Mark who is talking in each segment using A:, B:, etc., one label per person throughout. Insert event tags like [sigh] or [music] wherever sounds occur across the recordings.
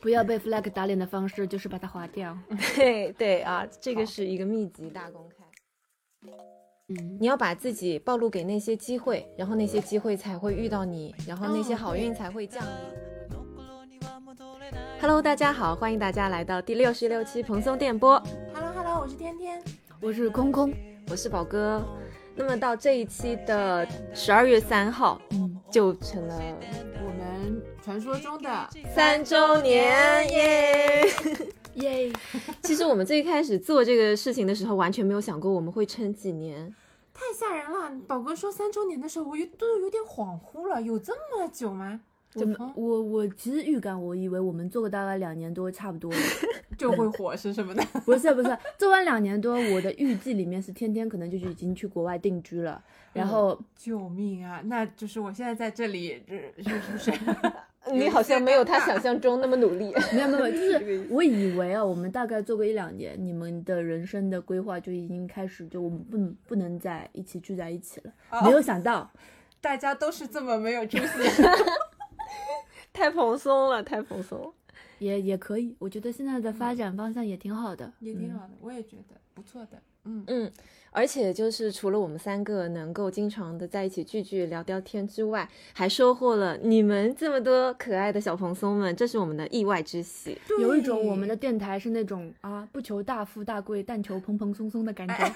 A: 不要被 flag 打脸的方式就是把它划掉。
B: 嗯
C: 对对啊，这个是一个秘籍大公开。
A: 嗯，
C: 你要把自己暴露给那些机会，然后那些机会才会遇到你，然后那些好运才会降临。Hello，大家好，欢迎大家来到第六十六期蓬松电波，
B: Hello Hello，我是天天。
A: 我是空空，
C: 我是宝哥。那么到这一期的十二月三号，
A: 嗯，
C: 就成了
B: 我们传说中的
C: 三周年耶！ [laughs]
A: 耶！
C: 其实我们最开始做这个事情的时候，完全没有想过我们会撑几年。
B: 太吓人了，宝哥说三周年的时候，我有都有点恍惚了，有这么久吗？
A: 我
B: 就
A: 们我我其实预感，我以为我们做个大概两年多差不多了， [laughs]
B: 就会火是什么的？
A: 不是不是，做完两年多，我的预计里面是天天可能就是已经去国外定居了，
B: 嗯
A: 然后
B: [laughs] 救命啊！那就是我现在在这里，这是是不是？
C: 嗯你好像没有他想象中那么努力。
A: 没有没
B: [laughs]
A: 有，就是我以为啊，我们大概做个一两年，你们的人生的规划就已经开始，就我们不能不能再一起聚在一起了。
B: 哦
A: 没
B: [laughs]
A: 有想到，
B: 大家都是这么没有出息。 [laughs]
C: 太蓬松了，太蓬松了。
A: 也也可以，我觉得现在的发展方向也挺好的，
B: 也挺
A: 嗯。
B: 好的，我也觉得不错的。嗯，
C: 嗯，而且就是除了我们三个能够经常的在一起聚聚聊聊天之外，还收获了你们这么多可爱的小蓬松们，这是我们的意外之喜。
A: 有一种我们的电台是那种啊，不求大富大贵，但求蓬蓬松松的感觉。
B: 哎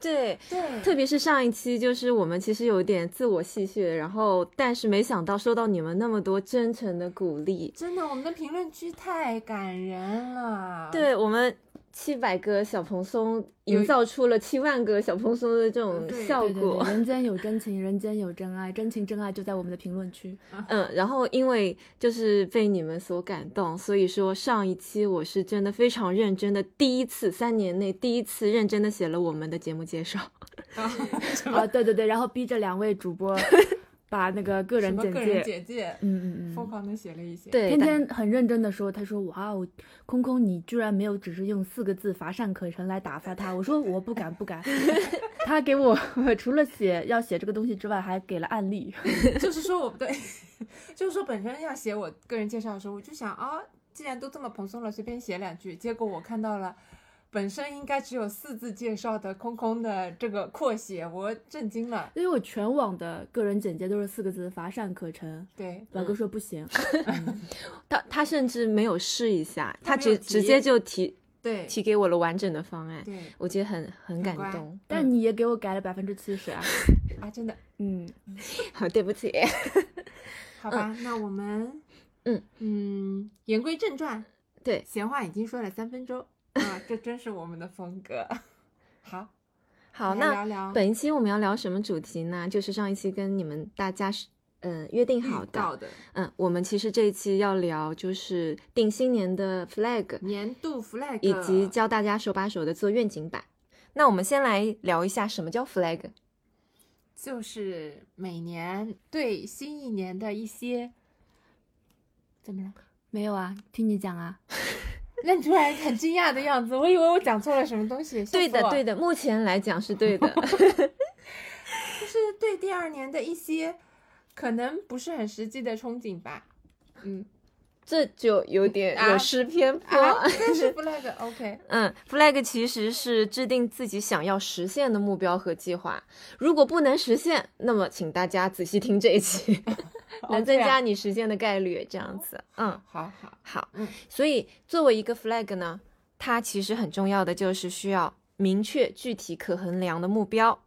C: 对，
B: 对
C: 特别是上一期，就是我们其实有点自我戏谑，然后但是没想到收到你们那么多真诚的鼓励，
B: 真的，我们的评论区太感人了。，
C: 对我们。七百个小蓬松
B: 有
C: 营造出了七万个小蓬松的这种
B: 对
C: 效
A: 对对
C: 果，
A: 对，人间有真情，人间有真爱，真情真爱就在我们的评论
B: [laughs]
A: 区。
C: 嗯，然后因为就是被你们所感动，所以说上一期我是真的非常认真的，第一次三年内第一次认真的写了我们的节目介绍，
A: 啊，对对对，然后逼着两位主
B: [laughs]
A: 播把那个个
B: 什
A: 人
B: 么
A: 简
B: [laughs] 个
A: 介，
B: 人简介，
A: 嗯嗯
B: 疯
A: 嗯。
B: 狂的写了一些。，
C: 对，
A: 天
C: 但
A: 天很认真的说，他说：“哇哦，空空，你居然没有只是用四个字‘乏善可陈’来打发他。”我说：“我不敢，不
B: [laughs]
A: 敢。”他给我除了写要写这个东西之外，还给了案例。 [laughs]
B: [laughs] 就是说我不对，就是说本身要写我个人介绍的时候，我就想啊、既然都这么蓬松了，随便写两句。结果我看到了本身应该只有四字介绍的空空的这个扩写，我震惊了。
A: 因为我全网的个人简介都是四个字“乏善可陈”，
B: 对，
A: 老哥说不 [laughs] 行，
C: 他他甚至没有试一下，他
B: 他没
C: 直
B: 有提
C: 直接就提
B: 对，
C: 提给我了完整的方案，
B: 对
C: 我觉得很很感
B: 乖
C: 动。嗯
A: 但你也给我改了百分之七十啊。
B: 啊，真的，
A: 嗯，
C: 好， [laughs] 对不
B: [laughs]
C: 起，
B: 好吧，那我们，
C: 嗯
B: 嗯，言归正传，
C: 对，
B: 闲话已经说了三分钟啊，这真是我们的风格。 [laughs] 好，
C: 好，
B: 来
C: 那
B: 聊聊
C: 本一期我们要聊什么主题呢？就是上一期跟你们大家是嗯约定好
B: 预
C: 的，
B: 告的
C: 嗯，我们其实这一期要聊就是定新年的 flag，
B: 年度 flag，
C: 以及教大家手把手的做愿景版。那我们先来聊一下什么叫 flag。
B: 就是每年对新一年的一些怎么了？
A: 没有啊，听你讲啊。
B: 那你突然很惊讶的样子，我以为我讲错了什么东西。
C: 对的，对
B: 的，
C: 的，目前来讲是对
B: [laughs]
C: 的。
B: 就是对第二年的一些可能不是很实际的憧憬吧。
C: [laughs]
B: 嗯
C: 这就有点
B: 啊
C: 有失偏颇。
B: 啊，但是 flag OK，
C: 嗯，flag 其实是制定自己想要实现的目标和计划。如果不能实现，那么请大家仔细听这一
B: [laughs]
C: 期，
B: 哦
C: 能增加你实现的概率。这样子， [laughs] 嗯。
B: 好好，
C: 好，
B: 嗯
C: 所以作为一个 flag 呢，它其实很重要的就是需要明确、具体、可衡量的目标，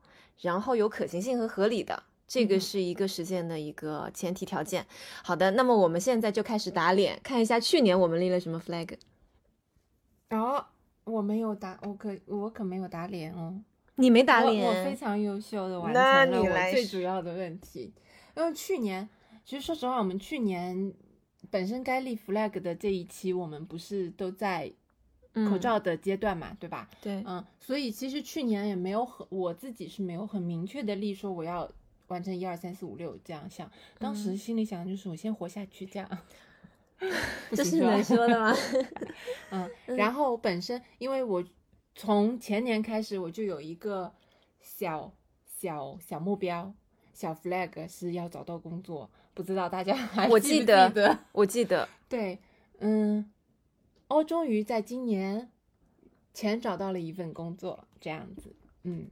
C: 然后有可行性和合理的，这个
B: 嗯
C: 是一个实现的一个前提条件。好的，那么我们现在就开始打脸，看一下去年我们立了什么 flag。
B: 然后我没有打，我可我可没有打脸哦。
C: 你没打
B: 我，我非
C: 脸，
B: 常优秀的完
C: 那
B: 成了
C: 你来
B: 我最
C: 说
B: 主要的问题，因为去年其实说实话，我们去年本身该立 flag 的这一期，我们不是都在
C: 嗯
B: 口罩的阶段嘛，对吧？
C: 对，
B: 嗯，所以其实去年也没有很，我自己是没有很明确的立说我要完成一二三四五六这样想，当时
C: 嗯
B: 心里想就是我先活下去这样。 [laughs] 不
C: 这
B: 行
C: 是能
B: 吧
C: 说
B: [laughs]
C: 的吗？
B: 嗯，然后本身因为我从前年开始我就有一个小小小目标。小 flag 是要找到工作，不知道大家还
C: 我
B: 记
C: 记
B: 不
C: 得
B: 记得？
C: 我记得，
B: 对，嗯，哦，终于在今年前找到了一份工作，这样子，嗯，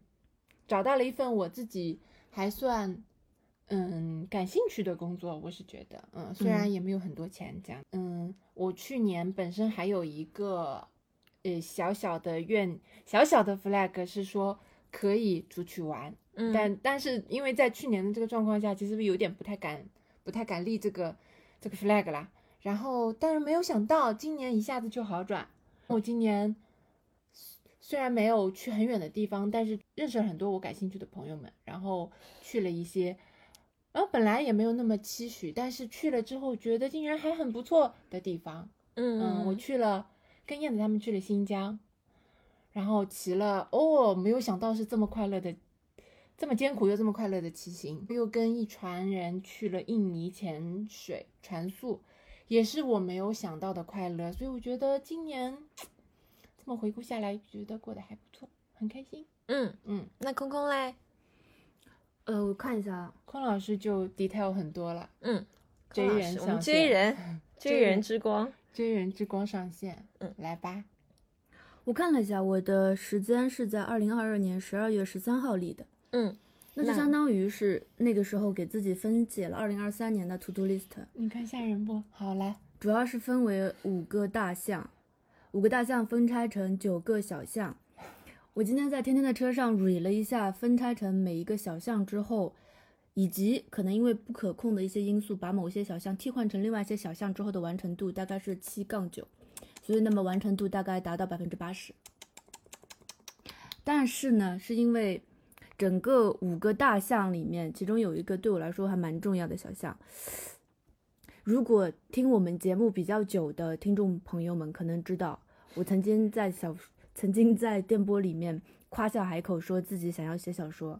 B: 找到了一份我自己还算嗯感兴趣的工作，我是觉得，嗯，虽然也没有很多钱这样，嗯，我去年本身还有一个呃小小的愿，小小的 flag 是说可以出去玩，
C: 嗯，
B: 但但是因为在去年的这个状况下，其实有点不太敢不太敢立这个这个 flag 啦。然后，但是没有想到今年一下子就好转。我今年虽虽然没有去很远的地方，但是认识了很多我感兴趣的朋友们，然后去了一些，然后本来也没有那么期许，但是去了之后觉得竟然还很不错的地方。嗯，
C: 嗯，
B: 我去了，跟燕子他们去了新疆，然后骑了，哦，没有想到是这么快乐的，这么艰苦又这么快乐的骑行，又跟一船人去了印尼潜水船宿，也是我没有想到的快乐，所以我觉得今年这么回顾下来，觉得过得还不错，很开心。
C: 嗯，
B: 嗯，
C: 那空空嘞，
A: 呃，我看一下啊，
B: 匡老师就 detail 很多了
C: 嗯，
B: 追
C: 孔老
B: 人
C: 师我
B: 上
C: 们追
B: 线 [laughs]
C: 人，追
B: 追
C: 人
B: 人
C: 之光，
B: 追人之光上线，
C: 嗯，
B: 来吧，
A: 我看了一下，我的时间是在二零二二年十二月十三号立的，
C: 嗯，
A: 那就
C: 那
A: 相当于是那个时候给自己分解了二零二三年的 to do list。
B: 你看吓人不？好来，
A: 主要是分为五个大项，五个大项分拆成九个小项。我今天在天天的车上捋了一下，分拆成每一个小项之后，以及可能因为不可控的一些因素，把某些小项替换成另外一些小项之后的完成度大概是七杠九，所以那么完成度大概达到百分之八十。但是呢，是因为整个五个大项里面，其中有一个对我来说还蛮重要的小项，如果听我们节目比较久的听众朋友们可能知道，我曾经在小曾经在电波里面夸下海口，说自己想要写小说。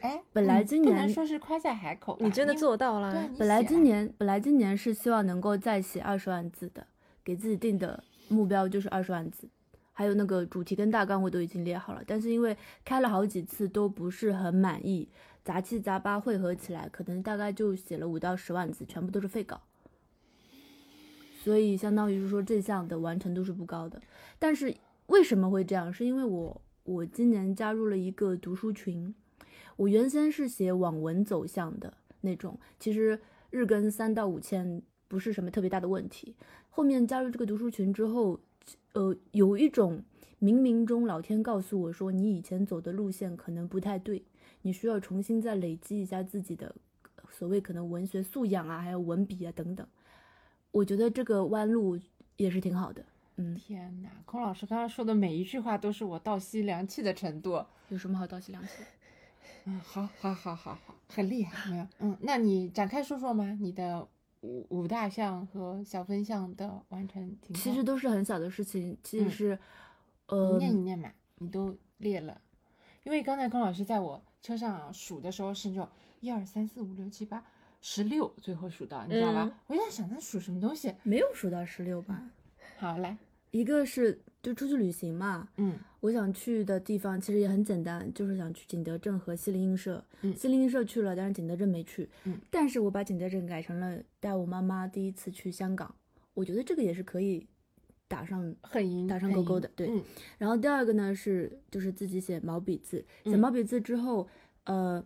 B: 哎，
A: 本来
B: 嗯
A: 今
B: 不
A: 年
B: 能说是夸下海口吧，
C: 你真的
B: 因为
C: 做到了
B: 对啊
C: 啊，，
B: 你
A: 本来
B: 写
A: 今
B: 啊
A: 年本来今年是希望能够再写二十万字的，给自己定的目标就是二十万字，还有那个主题跟大纲我都已经列好了，但是因为开了好几次都不是很满意，杂七杂八汇合起来，可能大概就写了五到十万字，全部都是废稿。所以相当于是说这项的完成度是不高的，但是为什么会这样？是因为我我今年加入了一个读书群，我原先是写网文走向的那种，其实日更三到五千不是什么特别大的问题。后面加入这个读书群之后，呃，有一种冥冥中老天告诉我说，你以前走的路线可能不太对，你需要重新再累积一下自己的呃所谓可能文学素养啊，还有文笔啊等等。我觉得这个弯路也是挺好的，嗯，
B: 天哪，孔老师刚刚说的每一句话都是我倒吸凉气的程度。
A: 有什么好倒吸凉气？
B: 嗯，好，好，好，好，好，很厉害，没有？嗯，那你展开说说吗？你的五五大项和小分项的完成情况，
A: 其实都是很小的事情，其实
B: 嗯
A: 是，
B: 你
A: 呃，
B: 念一念嘛，你都列了。因为刚才孔老师在我车上、啊、数的时候是那种一二三四五六七八十六，最后数到，你知道吧？
C: 嗯
B: 我就在想他数什么东西。
A: 没有数到十六吧。
B: 好，来，
A: 一个是就出去旅行嘛，
B: 嗯
A: 我想去的地方其实也很简单，就是想去景德镇和西泠印社。
B: 嗯
A: 西泠印社去了，但是景德镇没去。
B: 嗯，
A: 但是我把景德镇改成了带我妈妈第一次去香港，我觉得这个也是可以打上
B: 很赢，
A: 打上
B: 很
A: 勾勾
B: 赢
A: 的对
B: 嗯
A: 然后第二个呢是就是自己写毛笔字，写
B: 嗯
A: 毛笔字之后，呃，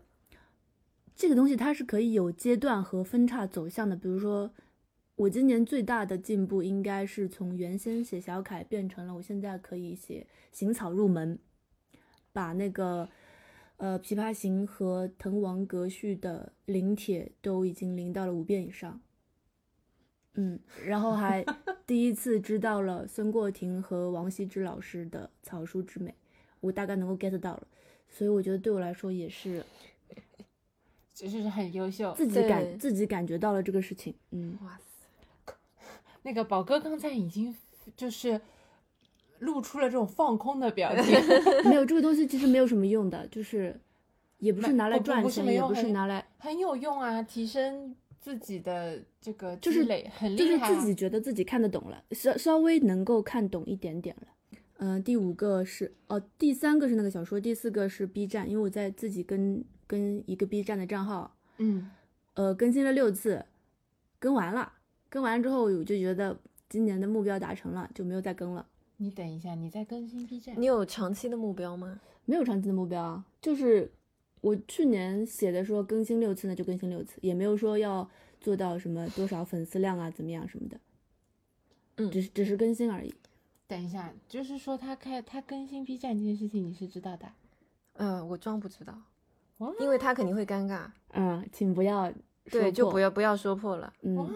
A: 这个东西它是可以有阶段和分叉走向的。比如说，我今年最大的进步应该是从原先写小楷变成了我现在可以写行草入门，把那个呃《琵琶行》和《滕王阁序》的临帖都已经临到了五遍以上。嗯，然后
B: [laughs]
A: 还第一次知道了孙过庭和王羲之老师的草书之美，我大概能够 get 到了，所以我觉得对我来说也是
B: 就是很优秀。
A: 自己
C: 对
A: 感自己感觉到了这个事情，嗯，
C: 哇塞，
B: 那个宝哥刚才已经就是露出了这种放空的表
A: [laughs]
B: 情，
A: 没有这个东西其实没有什么用的，就是也不是
B: 没哦
A: 拿来
B: 不不
A: 赚
B: 不是
A: 钱，
B: 没
A: 也
B: 用
A: 不是
B: 很
A: 拿来，
B: [laughs] 很有用啊，提升自己的这个积
A: 就是
B: 累很
A: 就
B: 厉
A: 是
B: 害、啊
A: 自己觉得自己看得懂了，稍稍微能够看懂一点点了。嗯、第五个是哦，第三个是那个小说，第四个是 B 站，因为我在自己跟跟一个 B 站的账号
B: 嗯，
A: 呃，更新了六次，更完了，跟完之后我就觉得今年的目标达成了，就没有再更了。
B: 你等一下，你再更新 B 站
C: 你。有长期的目标吗？
A: 没有长期的目标啊，就是我去年写的说更新六次，那就更新六次，也没有说要做到什么多少粉丝量啊，怎么样什么的，
C: 嗯
A: 只是只是更新而已。
B: 等一下，就是说他开他更新 B 站这件事情你是知道的。啊
C: 呃，我装不知道
B: 哦，
C: 因为他肯定会尴尬。
A: 嗯，请不要说
C: 对，就
A: 破
C: 不要不要说破了。
A: 嗯
B: 哇，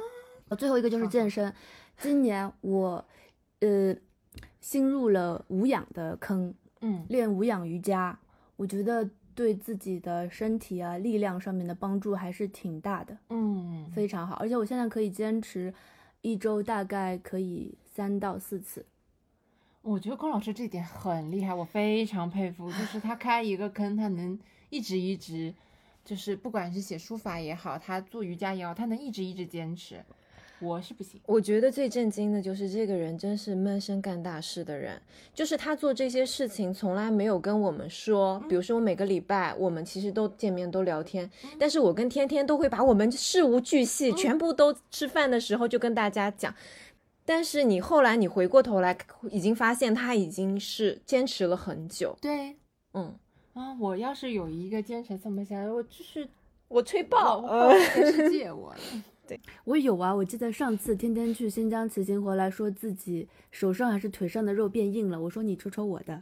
A: 我最后一个就是
B: 好
A: 健身。今年我呃新入了无氧的坑，
B: 嗯，
A: 练无氧瑜伽，我觉得对自己的身体啊、力量上面的帮助还是挺大的，
B: 嗯，
A: 非常好。而且我现在可以坚持一周大概可以三到四次。
B: 我觉得龚老师这一点很厉害，我非常佩服。就是他开一个坑，他能一直一直，就是不管是写书法也好，他做瑜伽也好，他能一直一直坚持。我是不行，
C: 我觉得最震惊的就是这个人真是闷声干大事的人，就是他做这些事情从来没有跟我们说。比如说，我每个礼拜我们其实都见面都聊天，但是我跟天天都会把我们事无巨细全部都吃饭的时候就跟大家讲。但是你后来你回过头来，已经发现他已经是坚持了很久。
B: 对
C: 嗯，
B: 啊，我要是有一个坚持这么下来，我 [laughs] 就是
C: 我吹
B: 爆
C: 爆，
B: 爆全世界我了。
A: 我有啊，我记得上次天天去新疆骑行回来，说自己手上还是腿上的肉变硬了，我说你瞅瞅我的。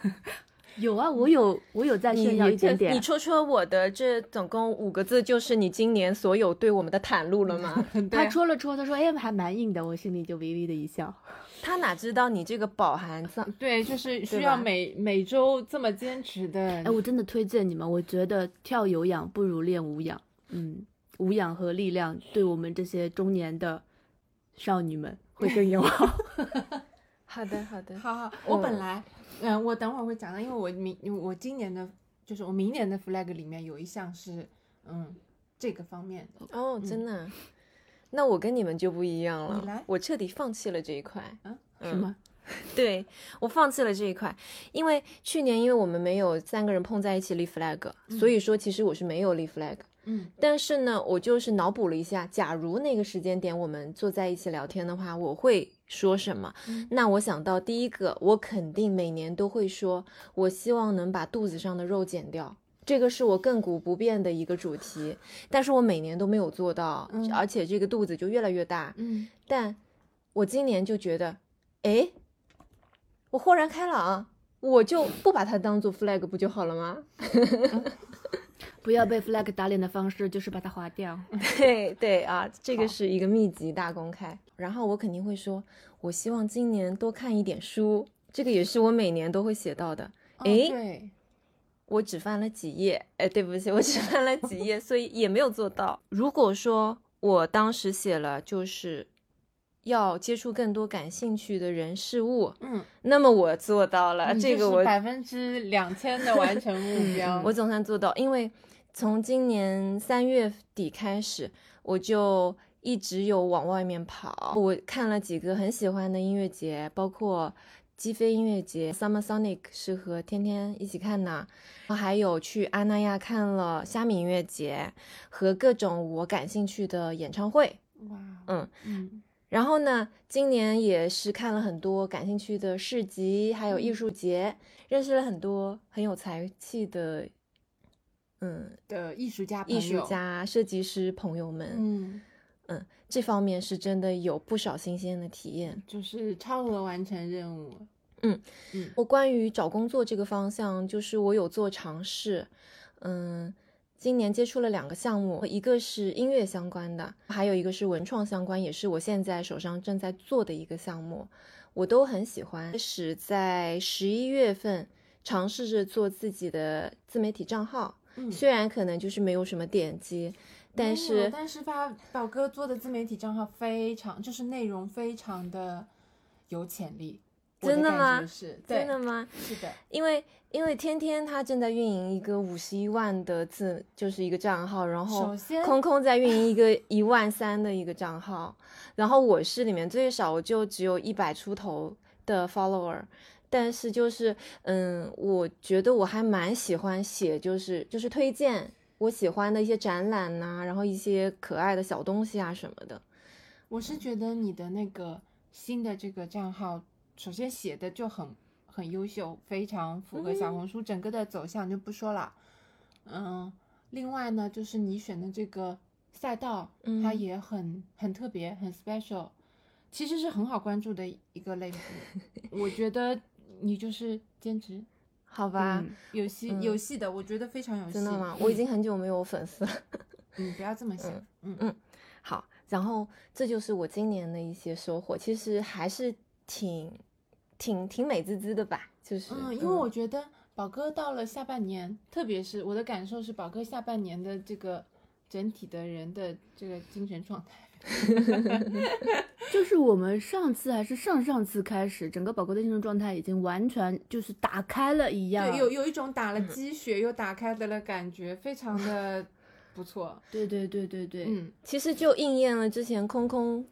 A: [laughs] 有啊，我有，我有在
C: 你
A: 炫耀一
C: 你这
A: 点点。啊
C: 你戳戳我的这总共五个字，就是你今年所有对我们的袒露
A: [laughs]
C: 了吗？
A: 他
B: [laughs] 对啊
A: 戳了戳，他说：“哎，还蛮硬的。”我心里就微微的一笑。
C: 他哪知道你这个饱含藏？
B: 对，就是需
C: 对
B: 要
C: 吧
B: 每每周这么坚持的。
A: 哎，我真的推荐你们，我觉得跳有氧不如练无氧。嗯，无氧和力量对我们这些中年的少女们会更友好。
C: [laughs]
A: [laughs]
C: 好的，好的，
B: 好好，我本
C: 嗯
B: 来，嗯、我等会儿会讲的，因为我明我今年的，就是我明年的 flag 里面有一项是，嗯，这个方面的。
C: [laughs]
A: 嗯
C: 哦，真的啊、那我跟你们就不一样
B: 你
C: 了
B: 来，
C: 我彻底放弃了这一块。
B: 啊
C: 嗯
A: 什么？
C: 对我放弃了这一块，因为去年因为我们没有三个人碰在一起立 flag，、所以说其实我是没有立 flag。
B: 嗯
C: 但是呢，我就是脑补了一下，假如那个时间点我们坐在一起聊天的话，我会说什么？
B: 嗯
C: 那我想到第一个，我肯定每年都会说，我希望能把肚子上的肉减掉。这个是我亘古不变的一个主题，但是我每年都没有做到，
B: 嗯
C: 而且这个肚子就越来越大。
B: 嗯，
C: 但我今年就觉得，哎，我豁然开朗，我就不把它当做 flag 不就好了吗？
A: 不要被 flag 打脸的方式就是把它划掉。
C: 对对啊，这个
B: 好
C: 是一个秘籍大公开。然后我肯定会说，我希望今年多看一点书，这个也是我每年都会写到的。
B: 哦
C: 诶
B: 对，
C: 我只翻了几页，哎，对不起，我只翻了几页，所以也没有做到。如果说我当时写了，就是要接触更多感兴趣的人事物，
B: 嗯，
C: 那么我做到了，
B: 你
C: 啊这
B: 嗯就
C: 个
B: 是
C: 我
B: 百分之两千的完成目
C: [laughs]
B: 标。
C: 我总算做到，因为从今年三月底开始，我就一直有往外面跑。我看了几个很喜欢的音乐节，包括鸡飞音乐节、Summer Sonic 是和天天一起看的，还有去阿那亚看了虾米音乐节和各种我感兴趣的演唱会。
B: 哇，
C: 嗯
B: 嗯
C: 然后呢，今年也是看了很多感兴趣的市集，还有艺术节，认识了很多很有才气的，嗯，
B: 的艺术家朋
C: 艺
B: 友，
C: 术，家、设计师朋友们。
B: 嗯，
C: 嗯这方面是真的有不少新鲜的体验。
B: 就是超额完成任务。
C: 嗯
B: 嗯
C: 我关于找工作这个方向，就是我有做尝试，嗯，今年接触了两个项目，一个是音乐相关的，还有一个是文创相关，也是我现在手上正在做的一个项目，我都很喜欢。开始在十一月份尝试着做自己的自媒体账号，
B: 嗯，
C: 虽然可能就是没有什么点击，但
B: 没有
C: 是
B: 但是吧，宝哥做的自媒体账号非常，就是内容非常的有潜力。我
C: 真的
B: 感
C: 吗
B: 觉是，对
C: 真的吗？
B: 是的，
C: 因为因为天天他正在运营一个五十一万的字，就是一个账号，然后
B: 首先
C: 空空在运营一个一万三的一个账号，然后我是里面最少我就只有一百出头的 follower。但是就是，嗯，我觉得我还蛮喜欢写，就是就是推荐我喜欢的一些展览呐、然后一些可爱的小东西啊什么的，
B: 我是觉得你的那个新的这个账号，首先写的就很很优秀，非常符合
C: 嗯
B: 小红书整个的走向，就不说了。嗯，另外呢，就是你选的这个赛道，它
C: 嗯
B: 也很很特别，很 special，其实是很好关注的一
C: [laughs]
B: 个类目。我觉得你就是兼职，
C: 好吧，
A: 嗯
B: 有戏、有戏的，我觉得非常有戏。
C: 真的
B: [laughs]
C: 吗？我已经很久没有粉丝了。
B: 嗯，不要这么想，嗯
C: 好，然后这就是我今年的一些收获，其实还是挺挺挺美滋滋的吧，就是
B: 嗯，因为我觉得宝哥到了下半年，特别是我的感受是，宝哥下半年的这个整体的人的这个精神状态，
A: 就是我们上次还是上上次开始，整个宝哥的精神状态已经完全就是打开了一样。
B: 对，有有一种打了鸡血又打开的了感觉，非常的不 [laughs] 错。
A: 对对对对对，
B: 嗯，
C: 其实就应验了之前空空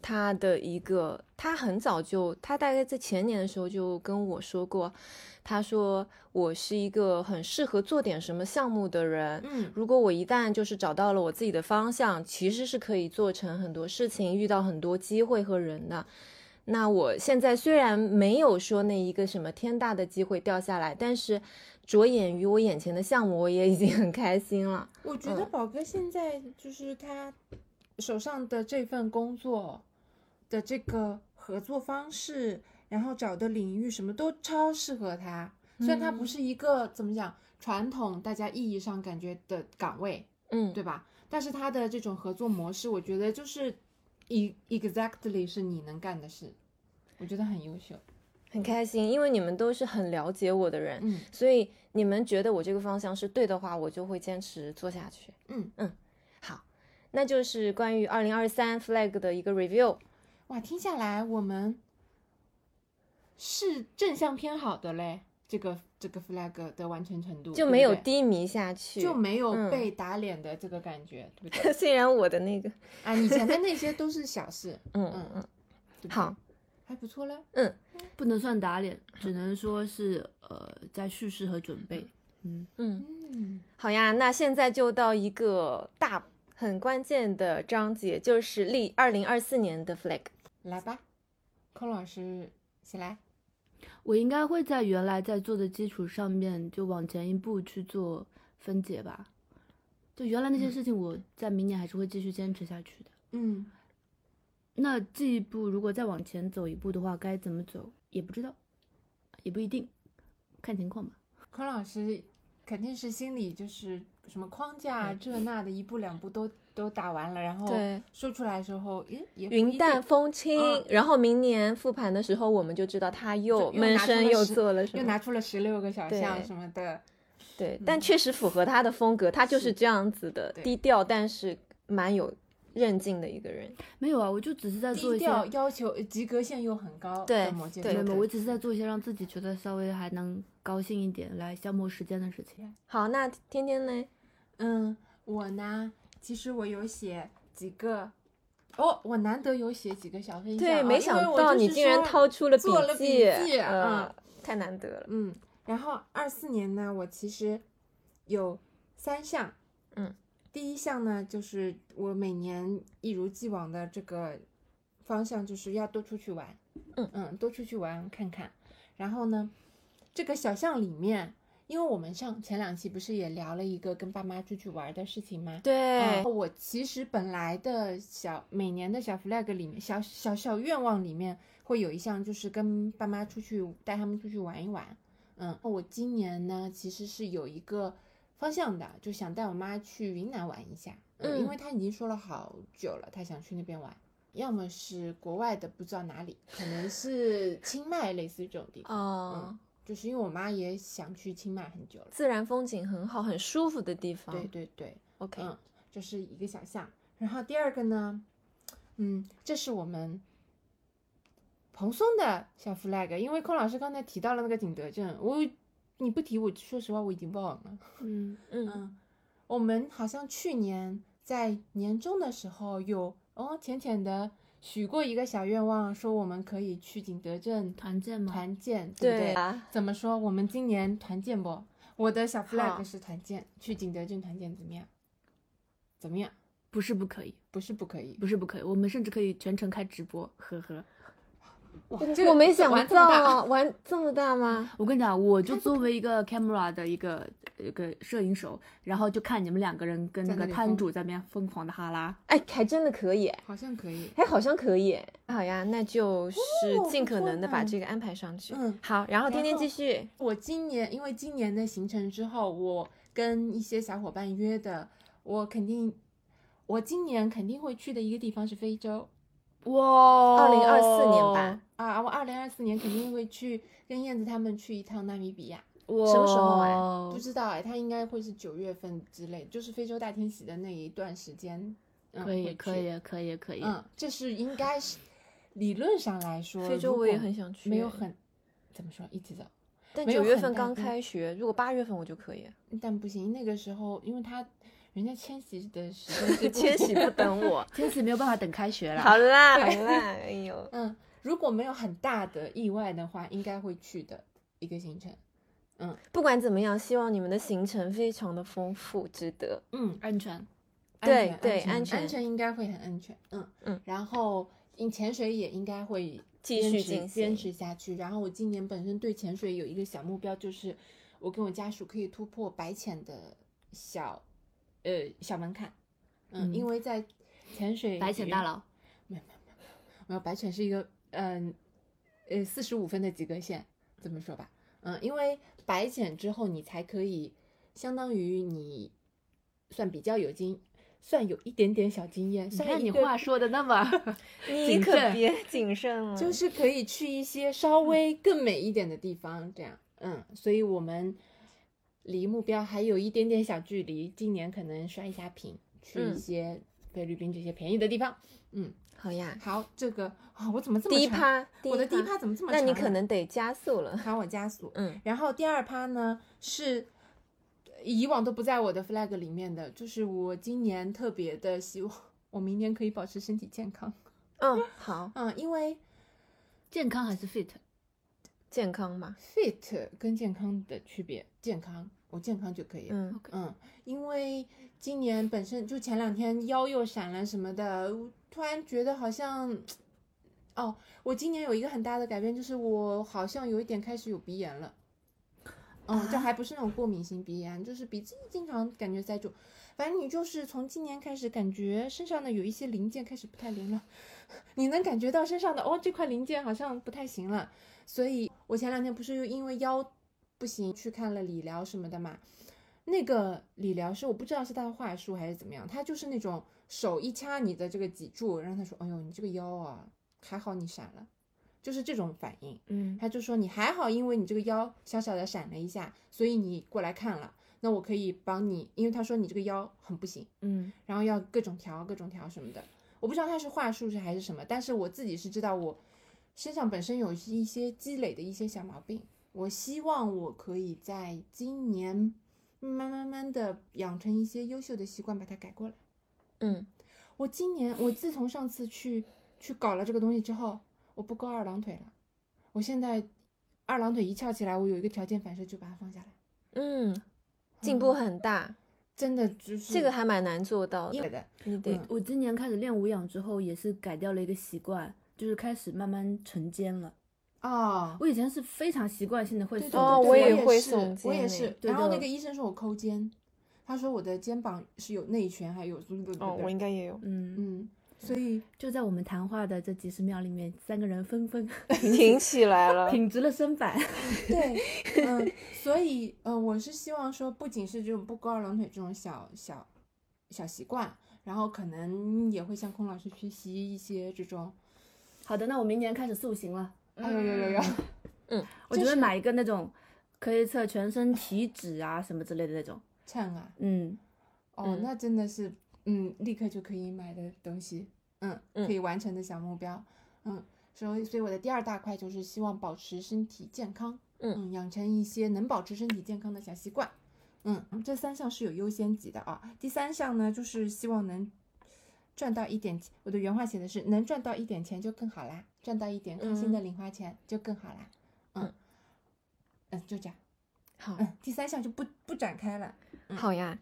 C: 他的一个，他很早就，他大概在前年的时候就跟我说过，他说我是一个很适合做点什么项目的人。
B: 嗯
C: 如果我一旦就是找到了我自己的方向，其实是可以做成很多事情，遇到很多机会和人的。那我现在虽然没有说那一个什么天大的机会掉下来，但是着眼于我眼前的项目，我也已经很开心了。
B: 我觉得宝哥现在就是他手上的这份工作的这个合作方式，然后找的领域什么都超适合他。虽然他不
C: 嗯
B: 是一个怎么讲传统大家意义上感觉的岗位，
C: 嗯，
B: 对吧？但是他的这种合作模式，我觉得就是，e- exactly 是你能干的事，我觉得很优秀。
C: 很开心，因为你们都是很了解我的人，
B: 嗯
C: 所以你们觉得我这个方向是对的话，我就会坚持做下去。
B: 嗯，
C: 好，那就是关于二零二三 flag 的一个 review。
B: 哇，听下来我们是正向偏好的嘞，这个这个 flag 的完成程度
C: 就没有
B: 对不对
C: 低迷下去，
B: 就没有
C: 嗯
B: 被打脸的这个感觉，对 [laughs] 不
C: [laughs]
B: 对？
C: 虽然我的那个，
B: 啊，你前面那些都是小事，
C: 嗯
B: 嗯
C: 嗯嗯，
B: 对不对
C: 好，
B: 还不错嘞。
A: 不能算打脸，只能说是呃在叙事和准备。嗯，
C: 嗯，
B: 嗯，
C: 好呀，那现在就到一个大很关键的章节，就是立二零二四年的 flag。
B: 来吧，寇老师起来。
A: 我应该会在原来在做的基础上面就往前一步去做分解吧。就原来那些事情，我在明年还是会继续坚持下去的。
B: 嗯，
A: 那这一步如果再往前走一步的话，该怎么走也不知道，也不一定，看情况吧。
B: 孔老师肯定是心里就是什么框架啊这那的，一步两步都都打完了，然后
C: 对
B: 说出来的时候，也也不一
C: 云
B: 定
C: 淡风轻，
B: 嗯
C: 然后明年复盘的时候，我们就知道他又
B: 就又拿
C: 闷
B: 出了
C: 声又
B: 十
C: 做了什
B: 又
C: 么。
B: 拿出了十六个小项
C: 对
B: 什么的，嗯
C: 对，但确实符合他的风格，他就是
B: 是
C: 这样子的，
B: 对
C: 低调但是蛮有韧劲的一个人。
A: 没有啊，我就只是在做
B: 低
A: 一些，
B: 调要求及格线又很高
C: 对
B: 的某件
A: 没
C: 对
A: 有，
B: 事
A: 没有我只是在做一些让自己觉得稍微还能高兴一点来消磨时间的事情。
C: 好，那天天呢？
B: 嗯，我呢，其实我有写几个。哦，我难得有写几个小分项啊、
C: 对，没想
B: 因为我
C: 到
B: 就
C: 你
B: 是
C: 竟然
B: 说
C: 掏出了
B: 做了笔
C: 记，
B: 记
C: 嗯
B: 嗯，
C: 太难得了。
B: 嗯，然后二四年呢，我其实有三项，
C: 嗯，
B: 第一项呢就是我每年一如既往的这个方向，就是要多出去玩，
C: 嗯
B: 嗯，多出去玩看看。然后呢，这个小项里面，因为我们上前两期不是也聊了一个跟爸妈出去玩的事情吗？
C: 对
B: 嗯，我其实本来的小每年的小 flag 里面，小小小愿望里面会有一项就是跟爸妈出去带他们出去玩一玩。嗯，我今年呢其实是有一个方向的，就想带我妈去云南玩一下。
C: 嗯
B: 因为她已经说了好久了，她想去那边玩，要么是国外的不知道哪里，可能是清迈类似于这种地方。
C: 哦
B: 嗯，，就是因为我妈也想去清迈很久了。
C: 自然风景很好，很舒服的地方。
B: 对对对，
C: ，OK，
B: 嗯，这是一个小项。然后第二个呢，嗯，这是我们蓬松的小 flag，因为孔老师刚才提到了那个景德镇，我你不提，我说实话我已经忘了。
A: 嗯，
C: 嗯，
B: 嗯，我们好像去年在年终的时候有哦浅浅的许过一个小愿望，说我们可以去景德镇
A: 团建吗？
B: 团建，对不
C: 对啊，
B: 怎么说？我们今年团建不？我的小
C: 好
B: flag 是团建，去景德镇团建怎么样？怎么样？
A: 不是不可以，
B: 不是不可以。
A: 不是不可以，我们甚至可以全程开直播，呵呵。
B: 哇
C: 我
B: 这个
C: 我没
B: 这
C: 想
B: 玩这么大嗯
C: 到啊玩这么大吗？
A: 我跟你讲，我就作为一个 camera 的一个一个摄影手，然后就看你们两个人跟
B: 在
A: 那
B: 那
A: 个
B: 里
A: 摊
B: 疯
A: 主在那边疯狂的哈拉。
C: 哎，还真的可以，
B: 好像可以。
C: 哎，好像可以。好呀，那就是
B: 哦
C: 尽可
B: 不错
C: 能的把
B: 呢
C: 这个安排上去。
B: 嗯
C: 好，然后天天
B: 后
C: 继续。
B: 我今年因为今年的行程之后，我跟一些小伙伴约的，我肯定，我今年肯定会去的一个地方是非洲
A: 哇，
C: 二
A: 二
C: 零二四年吧，，
B: 啊！我二零二四年肯定会去跟燕子他们去一趟纳米比亚，
A: 哇，
C: 什么时候哎
A: 啊
B: 不知道哎，他应该会是九月份之类，就是非洲大迁徙的那一段时间。嗯、
A: 可以，
B: 会
A: 可
B: 去。
A: 以，可以，可以。
B: 嗯，这是应该是理论上来说，
C: 啊哦非洲
B: 嗯如
C: 我也
B: 果
C: 很想去，
B: 没有很怎么说一起走。
C: 但
B: 没有
C: 九月
B: 很
C: 份
B: 大
C: 刚
B: 风
C: 开学，如果八月份我就可以。
B: 但不行，那个时候因为他人家迁徙的时
C: [laughs]
B: 间是不
C: 千玺不等我。
A: 天喜没有办法等开
B: [laughs]
A: 学了。
C: [laughs] 好啦好啦，哎呦，
B: 嗯，如果没有很大的意外的话，应该会去的一个行程。
C: 不管怎么样，希望你们的行程非常的丰富，值得。
B: 嗯，
A: 安全，
B: 安
C: 对
B: 全
C: 对安
B: 安
C: 全
B: 安全应该会很安全。嗯
C: 嗯，
B: 然后因潜水也应该会
C: 继
B: 坚
C: 续
B: 持
C: 进
B: 坚
C: 行
B: 持下去。然后我今年本身对潜水有一个小目标，就是我跟我家属可以突破白潜的小呃小门槛。嗯，
A: 嗯
B: 因为在潜水
A: 白浅大
B: 佬。
A: 佬，
B: 没有，白犬是一个嗯呃四十五分的及格线，这么说吧，嗯，因为白犬之后你才可以，相当于你算比较有经，算有一点点小经验，
A: 你
B: 算
A: 看
B: 一
A: 你
B: 个
A: 话说的那
B: [laughs]
A: 么
C: 你
A: 谨
C: 可
A: 慎
C: 别 [laughs] 谨慎了，
B: 就是可以去一些稍微更美一点的地方，这样，嗯，所以我们离目标还有一点点小距离，今年可能刷一下屏，去一
C: 嗯
B: 些菲律宾这些便宜的地方，嗯，
C: 好呀。
B: 好，这个啊、我怎么这么
C: 第一
B: 长
C: 趴，
B: 我的第一
C: 趴，
B: 趴怎么这么
C: 那
B: 长啊？
C: 你可能得加速了。
B: 喊我加速。
C: 嗯，
B: 然后第二趴呢是以往都不在我的 flag 里面的，就是我今年特别的希望我明年可以保持身体健康。
C: 嗯，好，
B: 嗯，因为
A: 健康还是 fit？
C: 健康嘛，
B: fit 跟健康的区别，健康我健康就可以了。
C: 嗯，
B: 嗯，因为今年本身就前两天腰又闪了什么的，我突然觉得好像，哦，我今年有一个很大的改变，就是我好像有一点开始有鼻炎了。嗯，这
A: 啊
B: 还不是那种过敏性鼻炎，就是鼻子经常感觉塞住。反正你就是从今年开始，感觉身上的有一些零件开始不太灵了， [laughs] 你能感觉到身上的哦这块零件好像不太行了。所以我前两天不是又因为腰不行去看了理疗什么的嘛，那个理疗师我不知道是他的话术还是怎么样，他就是那种手一掐你的这个脊柱，然后他说：“哎呦，你这个腰啊，还好你闪了。”就是这种反应。
C: 嗯，
B: 他就说你还好，因为你这个腰小小的闪了一下，所以你过来看了。那我可以帮你，因为他说你这个腰很不行，
C: 嗯，
B: 然后要各种调、各种调什么的。我不知道他是话术是还是什么，但是我自己是知道我身上本身有一些积累的一些小毛病。我希望我可以在今年慢慢慢慢的养成一些优秀的习惯，把它改过来。
C: 嗯，
B: 我今年我自从上次去去搞了这个东西之后，我不勾二郎腿了。我现在二郎腿一翘起来，我有一个条件反射就把它放下来，
C: 嗯，进步
B: 嗯
C: 很大，
B: 真的就是
C: 这个还蛮难做到
B: 因
C: 的，
B: 为的，
C: 你得
B: 嗯
A: 我今年开始练无氧之后，也是改掉了一个习惯，就是开始慢慢晨间了。
B: 哦。
A: 我以前是非常习惯性的会
B: 对
A: 耸
B: 对
A: 着
C: 哦
B: 对
C: 我
A: 肩
C: 也
B: 也
C: 会
B: 是
C: 耸
B: 我
C: 肩
B: 也
C: 嘞
B: 是。
A: 对
B: 然后
A: 的
B: 那个医生说我抠肩，他说我的肩膀是有内旋，还有
C: 哦，我应该也有
A: 嗯，
B: 嗯，所以
A: 就在我们谈话的这几十秒里面，三个人纷纷
C: [laughs] 挺
A: [laughs]
C: 起来
B: [laughs]
C: 了，
A: 挺直了身板。
B: 对，嗯，所以呃，我是希望说，不仅是这种不勾二郎腿这种小小小习惯，然后可能也会向空老师学习一些这种，
A: 好的，那我明年开始塑形了。
C: 嗯
B: 哎呦呦呦呦， [laughs]
A: 我觉
B: 就
A: 得
B: 是
A: 买一个那种可以测全身体脂啊什么之类的那种。
B: 秤啊，
A: 嗯，
B: 哦，
C: 嗯
B: 那真的是，嗯，立刻就可以买的东西，嗯，
C: 嗯
B: 可以完成的小目标，嗯，所以所以我的第二大块就是希望保持身体健康，
C: 嗯
B: 养成一些能保持身体健康的小习惯，嗯，这三项是有优先级的啊。第三项呢，就是希望能赚到一点，我的原话写的是能赚到一点钱就更好啦，赚到一点开心的零花钱就更好啦，嗯，嗯
C: 嗯
B: 就这样，
C: 好，
B: 嗯，第三项就不不展开了，
C: 好呀，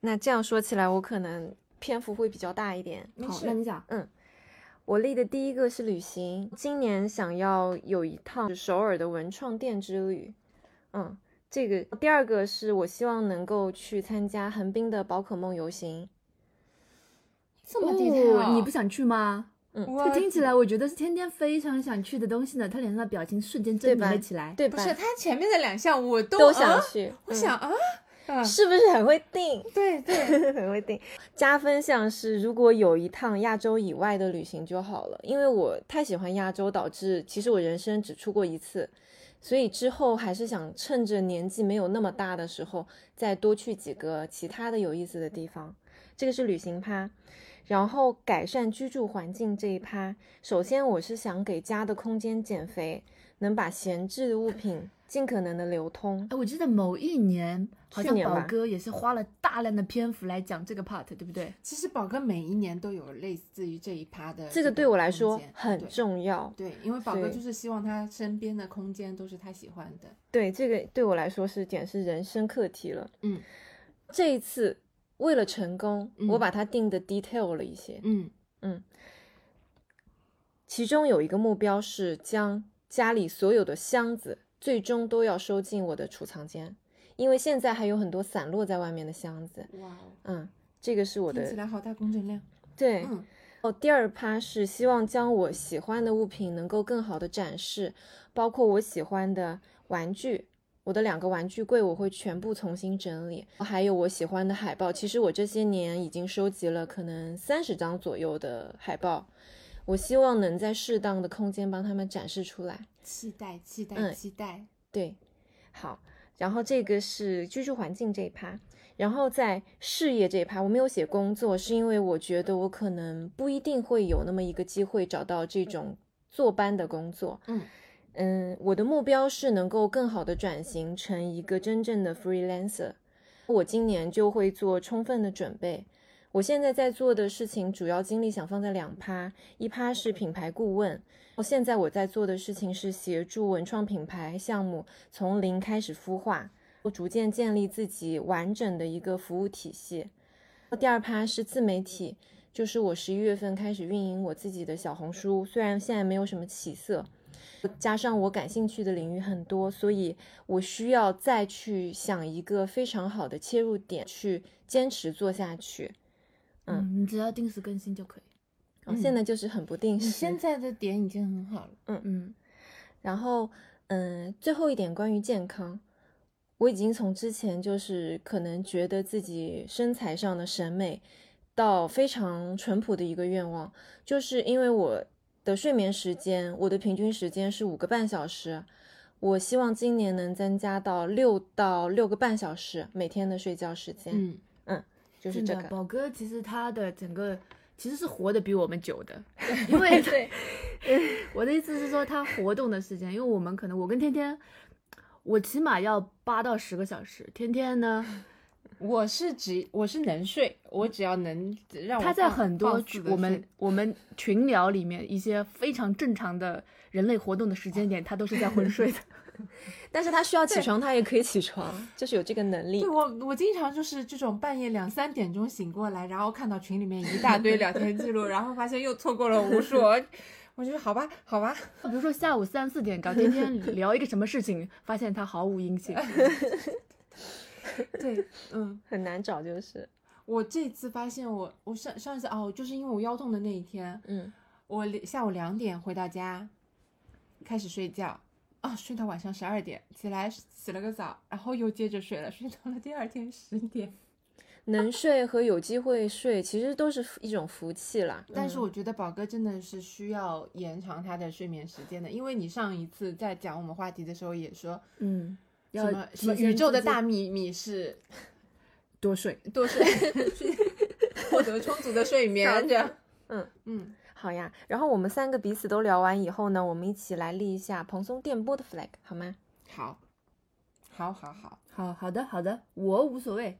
C: 那这样说起来，我可能篇幅会比较大一点。
B: 没
A: 好，
B: 事
A: 那你讲，
C: 我立的第一个是旅行，今年想要有一趟首尔的文创店之旅。嗯，这个第二个是我希望能够去参加横滨的宝可梦游行。
A: 这
C: 哦
B: 么啊 detail
A: 哦你不想去吗？
B: 我
A: 这听起来我觉得是天天非常想去的东西呢。他脸上的表情瞬间狰狞
C: 对吧
A: 了起来。
C: 对
B: 不
C: 吧？
B: 是他前面的两项我都
C: 都想
B: 啊
C: 去。嗯
B: 我想啊啊，
C: 是不是很会定？
B: 对对，
C: [laughs] 很会定。加分项是，如果有一趟亚洲以外的旅行就好了，因为我太喜欢亚洲，导致其实我人生只出过一次，所以之后还是想趁着年纪没有那么大的时候，再多去几个其他的有意思的地方。这个是旅行趴，然后改善居住环境这一趴，首先我是想给家的空间减肥，能把闲置的物品尽可能的流通。
A: 哎，我记得某一年好
C: 去
A: 像
C: 年
A: 宝
C: 吧
A: 哥也是花了大量的篇幅来讲这个 part，对不对？
B: 其实宝哥每一年都有类似于这一趴的，
C: 这个对我来说很
B: 重。
C: 重要，
B: 对，因为宝哥
C: 对
B: 就是希望他身边的空间都是他喜欢的。
C: 对，这个对我来说是简直是人生课题了。
B: 嗯，
C: 这一次为了成功，
B: 嗯
C: 我把它定的 detail 了一些。
B: 嗯
C: 其中有一个目标是将家里所有的箱子最终都要收进我的储藏间，因为现在还有很多散落在外面的箱子。
B: 哇哦，
C: 嗯，这个是我
B: 听起
C: 的
B: 来好大工整量。
C: 对。
B: 嗯
C: 哦，第二趴是希望将我喜欢的物品能够更好的展示，包括我喜欢的玩具，我的两个玩具柜我会全部重新整理，还有我喜欢的海报。其实我这些年已经收集了可能三十张左右的海报，我希望能在适当的空间帮他们展示出来。
B: 期待期待
C: 嗯
B: 期待。
C: 对，好，然后这个是居住环境这一趴，然后在事业这一趴，我没有写工作，是因为我觉得我可能不一定会有那么一个机会找到这种坐班的工作。
B: 嗯
C: 嗯，我的目标是能够更好的转型成一个真正的 freelancer。我今年就会做充分的准备。我现在在做的事情，主要精力想放在两趴，一趴是品牌顾问。我现在我在做的事情是协助文创品牌项目从零开始孵化，我逐渐建立自己完整的一个服务体系。第二趴是自媒体，就是我十一月份开始运营我自己的小红书，虽然现在没有什么起色，加上我感兴趣的领域很多，所以我需要再去想一个非常好的切入点去坚持做下去。嗯
A: 嗯，你只要定时更新就可以。
C: 啊现在就是很不定
B: 嗯你
C: 时。
B: 现在的点已经很好了。
A: 嗯，
C: 然后，嗯，最后一点关于健康，我已经从之前就是可能觉得自己身材上的审美，到非常淳朴的一个愿望，就是因为我的睡眠时间，我的平均时间是五个半小时，我希望今年能增加到六到六个半小时每天的睡觉时间，
B: 嗯，
C: 就是
A: 真
C: 这
A: 的，
C: 个。
A: 宝哥其实他的整个其实是活得比我们久 [laughs] 的，因为
C: 对，
A: [laughs] 我的意思是说他活动的时间，因为我们可能我跟天天，我起码要八到十个小时，天天呢
B: 我是只我是能睡，我只要能让我
A: 他在
B: 放
A: 很多
B: 放肆
A: 群
B: 地
A: 我们
B: 睡
A: 我们群聊里面一些非常正常的人类活动的时间点，他都是在昏睡 [laughs] 的。
C: 但是他需要起
B: 对
C: 床，他也可以起床，就是有这个能力
B: 对。我，我经常就是这种半夜两三点钟醒过来，然后看到群里面一大堆聊天记录，然后发现又错过了无数，我就说好吧，好吧，
A: 比如说下午三四点找天天聊一个什么事情，发现他毫无音信。
B: 对，嗯，
C: 很难找，就是，
B: 我这次发现我，我上上一次哦，就是因为我腰痛的那一天，
C: 嗯，
B: 我两下午两点回到家，开始睡觉，啊、睡到晚上十二点，起来洗了个澡，然后又接着睡了，睡到了第二天十点。
C: 能睡和有机会睡，其实都是一种福气啦。
B: 但是
C: 嗯
B: 我觉得宝哥真的是需要延长他的睡眠时间的，因为你上一次在讲我们话题的时候也说，
A: 嗯，要
B: 什么
A: 提
B: 什么
A: 升
B: 宇宙的
A: 自己
B: 大秘密是
A: 多睡。
B: [laughs] 多 [laughs] 睡，获得充足的睡眠，这样，
C: 嗯
B: 嗯，
C: 好呀。然后我们三个彼此都聊完以后呢，我们一起来立一下蓬松电波的 flag 好吗？
B: 好，好好好。
A: 好好的好的，我无所谓，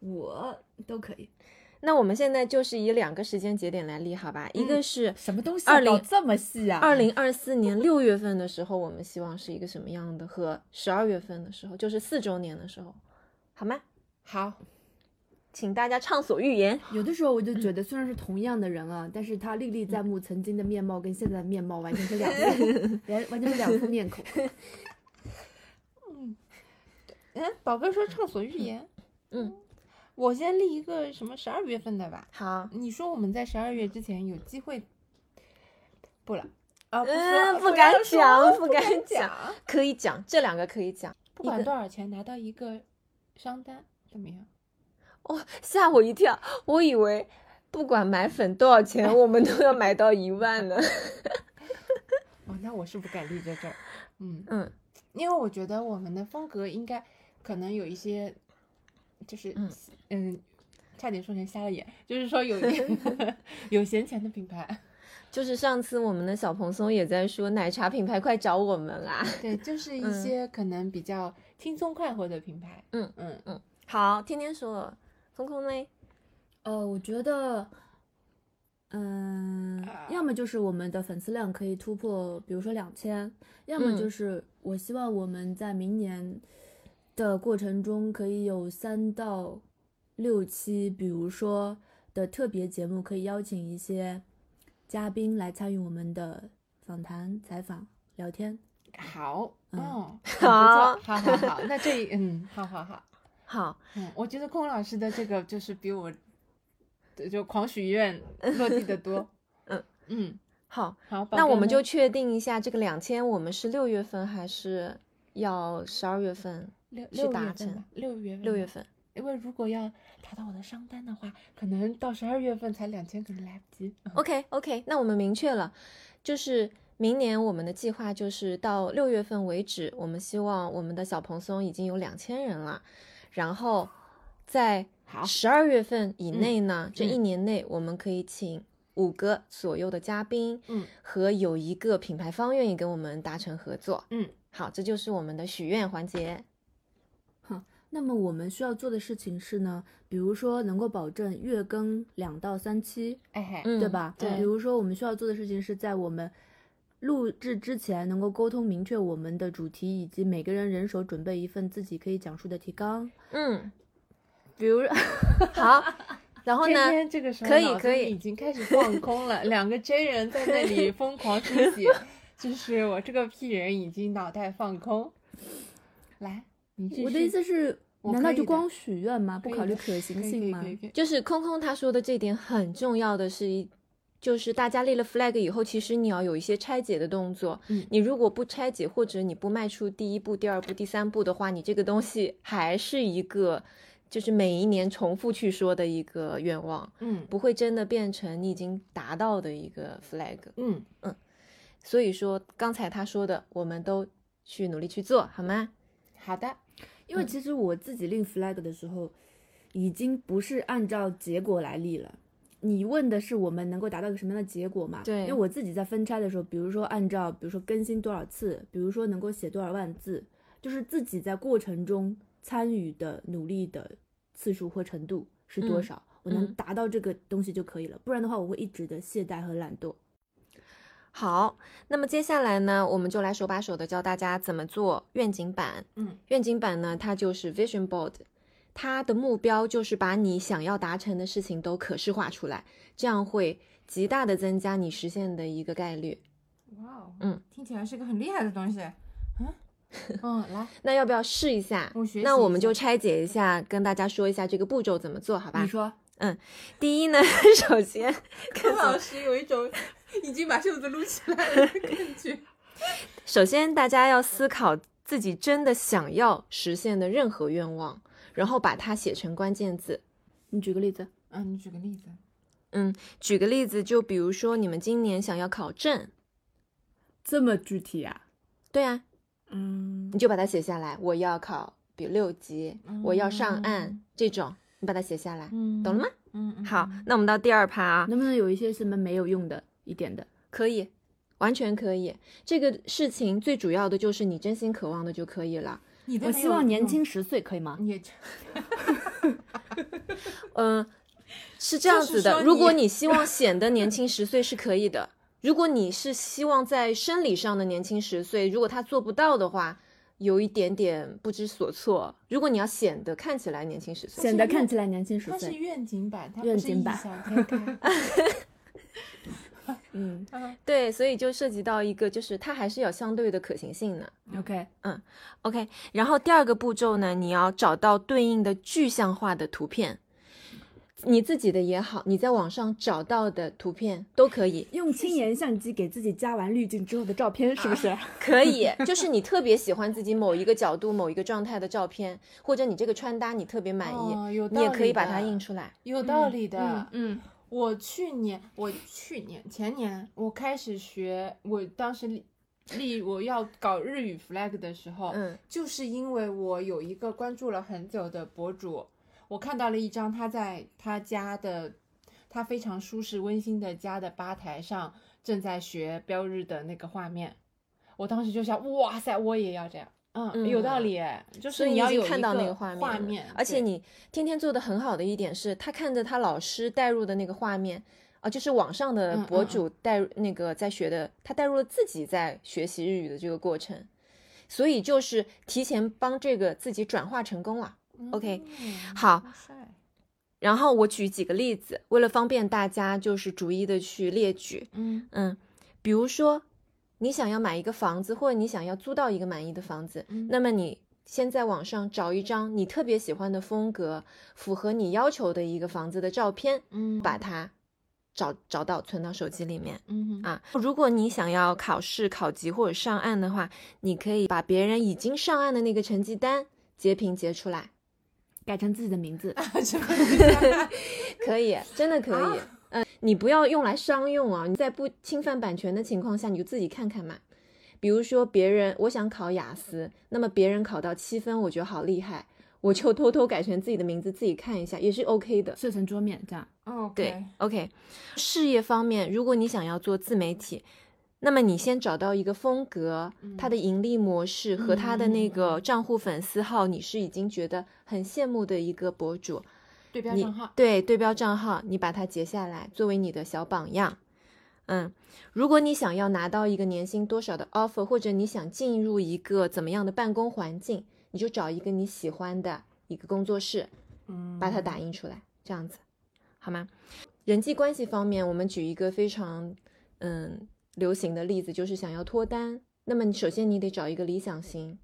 A: 我都可以。
C: 那我们现在就是以两个时间节点来立，好吧？一个是
A: 什么东西
C: 20
A: 搞这么细啊？
C: 二零二四年六月份的时候，我们希望是一个什么样的，和十二月份的时候，就是四周年的时候，好吗？
B: 好，
C: 请大家畅所欲言。
A: 有的时候我就觉得，虽然是同样的人啊，但是他历历在目，曾经的面貌跟现在的面貌完全是两 [laughs] 副，完完全是两副面孔。
B: 嗯，宝哥说畅所欲言。
C: 嗯，
B: 我先立一个什么十二月份的吧。
C: 好，
B: 你说我们在十二月之前有机会，不了啊，不说
C: 嗯，
B: 不
C: 不敢
B: 要说
C: 讲，
B: 不
C: 不敢
B: 讲
C: 讲，。可以讲，这两个可以讲。
B: 不
C: 一
B: 管
C: 个
B: 多少钱拿到一个商单，怎么样？
C: 哦，吓我一跳，我以为不管买粉多少钱，我们都要买到一万 [laughs] 呢。
B: 哦，那我是不敢立在这儿。嗯，
C: 嗯，
B: 因为我觉得我们的风格应该可能有一些，就是
C: 嗯
B: 嗯差点说成瞎了眼，就是说有 [laughs] 有闲钱的品牌，
C: 就是上次我们的小蓬松也在说，奶茶品牌快找我们 [laughs] 啊！
B: 对，就是一
C: 嗯
B: 些可能比较轻松快活的品牌。
C: 嗯
B: 嗯，
C: 好，天天说了，空空呢？
A: [laughs] 呃，我觉得，嗯，要么就是我们的粉丝量可以突破，比如说两千，要么就
C: 嗯
A: 是我希望我们在明年的过程中可以有三到六期，比如说的特别节目，可以邀请一些嘉宾来参与我们的访谈、采访、聊天。
B: 好，
A: 嗯
B: [laughs] 嗯，很不
C: 好
B: 错，好好好，那这一嗯，好好好，
C: 好，。
B: 嗯，我觉得空老师的这个就是比我对就狂许愿落地的多
C: [laughs] 嗯
B: 嗯，
C: 好，
B: 好，宝
C: 那
B: 贝
C: 我们
B: 呢
C: 就确定一下，这个两千我们是六月份还是要十二月份？
B: 六
C: 去
B: 六
C: 达
B: 月份
C: 成
B: 吧，六月份
C: 六月
B: 吧，
C: 份。
B: 因为如果要达到我的商单的话，可能到十二月份才两千，可能来不及。
C: OK OK，那我们明确了，就是明年我们的计划就是到六月份为止，我们希望我们的小蓬松已经有两千人了，然后在
B: 好
C: 十二月份以
B: 嗯
C: 内呢，这一
B: 嗯
C: 年内我们可以请五个左右的嘉宾，
B: 嗯
C: 和有一个品牌方愿意跟我们达成合作。
B: 嗯，
C: 好，这就是我们的许愿环节。
A: 那么我们需要做的事情是呢，比如说能够保证月更两到三期，
B: 哎嘿，
C: 嗯，
A: 对？吧？
B: 对
A: 比如说，我们需要做的事情是在我们录制之前能够沟通明确我们的主题，以及每个人人手准备一份自己可以讲述的提纲。
C: 嗯，
A: 比如，
B: [laughs]
C: 好。然后
B: 天
C: 呢？
B: 天这个时候
C: 可以
B: 脑子
C: 可
B: 里
C: 以
B: 已经开始放
C: [laughs]
B: 空了，两个 J 人在那里疯狂书写，就是我这个 P 人已经脑袋放空。来，你继续
A: 我的意思是，
B: 我
A: 难
B: 可
A: 道
B: 以
A: 就
B: 的
A: 光许愿吗？不
B: 可以
A: 考虑
B: 的
A: 可行
B: 可以
A: 性吗
B: 可？以可以可以
C: 就是空空他说的这一点很重要的是一，就是大家立了 flag 以后，其实你要有一些拆解的动作。
B: 嗯
C: 你如果不拆解，或者你不迈出第一步、第二步、第三步的话，你这个东西还是一个，就是每一年重复去说的一个愿望，
B: 嗯
C: 不会真的变成你已经达到的一个 flag。
B: 嗯，
C: 所以说，刚才他说的，我们都去努力去做，好吗？
B: 好的，
A: 因为其实我自己立 flag 的时候，已经不是按照结果来立了。你问的是我们能够达到一个什么样的结果嘛？
C: 对
A: 因为我自己在分拆的时候，比如说按照，比如说更新多少次，比如说能够写多少万字，就是自己在过程中参与的努力的次数或程度是多
C: 嗯
A: 少，我能
C: 嗯
A: 达到这个东西就可以了。不然的话，我会一直的懈怠和懒惰。
C: 好，那么接下来呢，我们就来手把手的教大家怎么做愿景版。
B: 嗯，
C: 愿景版呢，它就是 vision board，它的目标就是把你想要达成的事情都可视化出来，这样会极大的增加你实现的一个概率。
B: 哇哦，
C: 嗯，
B: 听起来是个很厉害的东西。嗯嗯，来，
C: 那要不要试一下？
B: 我学习
C: 那我们
B: 一下
C: 就拆解一下，跟大家说一下这个步骤怎么做，好吧
A: 你？说，
C: 第一呢， [laughs] 首先
B: 柯老师有一种已经把袖子撸起来了的感觉。
C: 首先，大家要思考自己真的想要实现的任何愿望，然后把它写成关键字。
A: 你举个例子。
B: [laughs] 嗯，你举个例子。
C: 举个例子，就比如说你们今年想要考证，
A: 这么具体啊？
C: 对啊，
A: 嗯
C: 你就把它写下来。我要考，比如六级，我要上岸
B: 嗯
C: 这种，你把它写下来，
B: 嗯
C: 懂了吗？？
B: 嗯，嗯
C: 好，那我们到第二趴啊，
A: 能不能有一些什么没有用的一点的？
C: 可以，完全可以。这个事情最主要的就是你真心渴望的就可以了。
B: 你的
A: 我
B: 没
A: 希
B: 有
A: 望年
B: 用
A: 轻十岁，可以吗？
B: 也
C: 嗯，是这样
B: 就是
C: 子的。
B: 说
C: 如果
B: 你
C: 你希望显得年轻十岁是可以的，如果你是希望在生理上的年轻十岁，如果他做不到的话，有一点点不知所措。如果你要显得看起来年轻十岁，
A: 显得看起来年轻十
B: 它是
A: 岁。
B: 愿景版，它
A: 愿
B: 不是
A: 景
B: 异
A: 版
B: 想天开。
A: 嗯
B: 嗯
C: 对，所以就涉及到一个，就是它还是有相对的可行性的。
A: ，OK，
C: OK，然后第二个步骤呢，你要找到对应的具象化的图片，你自己的也好，你在网上找到的图片都可以，
A: 用轻颜相机给自己加完滤镜之后的照片，是不是？
C: 可以，就是你特别喜欢自己某一个角度、某一个状态的照片，或者你这个穿搭你特别满意，
B: 哦有
C: 你也
B: 道
C: 可
B: 理
C: 以把
B: 的
C: 它印出来。
B: 有道理的。
A: 嗯，
B: 我去年，我去年前年，我开始学，我当时立立我要搞日语 flag 的时候，
C: 嗯
B: 就是因为我有一个关注了很久的博主，我看到了一张他在他家的，他非常舒适温馨的家的吧台上正在学标日的那个画面，我当时就想，哇塞，我也要这样。嗯，
C: 嗯
B: 有道理，就
C: 所
B: 是
C: 以
B: 要
C: 已经
B: 有
C: 看
B: 一
C: 到那
B: 个
C: 画面了，
B: 画面，
C: 而且
B: 对
C: 你天天做的很好的一点是，他看着他老师带入的那个画面，啊，就是网上的
B: 嗯
C: 博
B: 嗯
C: 主带入那个在学的，他带入了自己在学习日语的这个过程，所以就是提前帮这个自己转化成功了。OK，
B: 嗯
C: 好，
B: 帅
C: 然后我举几个例子，为了方便大家，就是逐一的去列举。
B: 嗯
C: 嗯，比如说你想要买一个房子，或者你想要租到一个满意的房子，
B: 嗯
C: 那么你先在网上找一张你特别喜欢的风格、符合你要求的一个房子的照片，
B: 嗯，
C: 把它找找到存到手机里面。
B: 嗯哼
C: 啊，如果你想要考试、考级或者上岸的话，你可以把别人已经上岸的那个成绩单截屏截出来，
A: 改成自己的名字。
B: 什么意思啊
C: 可以，真的可以。嗯，你不要用来商用啊！你在不侵犯版权的情况下，你就自己看看嘛。比如说别人，我想考雅思，那么别人考到七分，我觉得好厉害，我就偷偷改成自己的名字，自己看一下也是 OK 的。
A: 设成桌面这样。
B: 哦，
C: 对，OK。事业方面，如果你想要做自媒体，那么你先找到一个风格，它的盈利模式和它的那个账户粉丝号，你是已经觉得很羡慕的一个博主，
B: 对标
C: 你
B: 账号，
C: 对对标账号，你把它截下来作为你的小榜样。嗯，如果你想要拿到一个年薪多少的 offer，或者你想进入一个怎么样的办公环境，你就找一个你喜欢的一个工作室，
B: 嗯
C: 把它打印出来，这样子好吗？人际关系方面，我们举一个非常嗯流行的例子，就是想要脱单，那么你首先你得找一个理想型，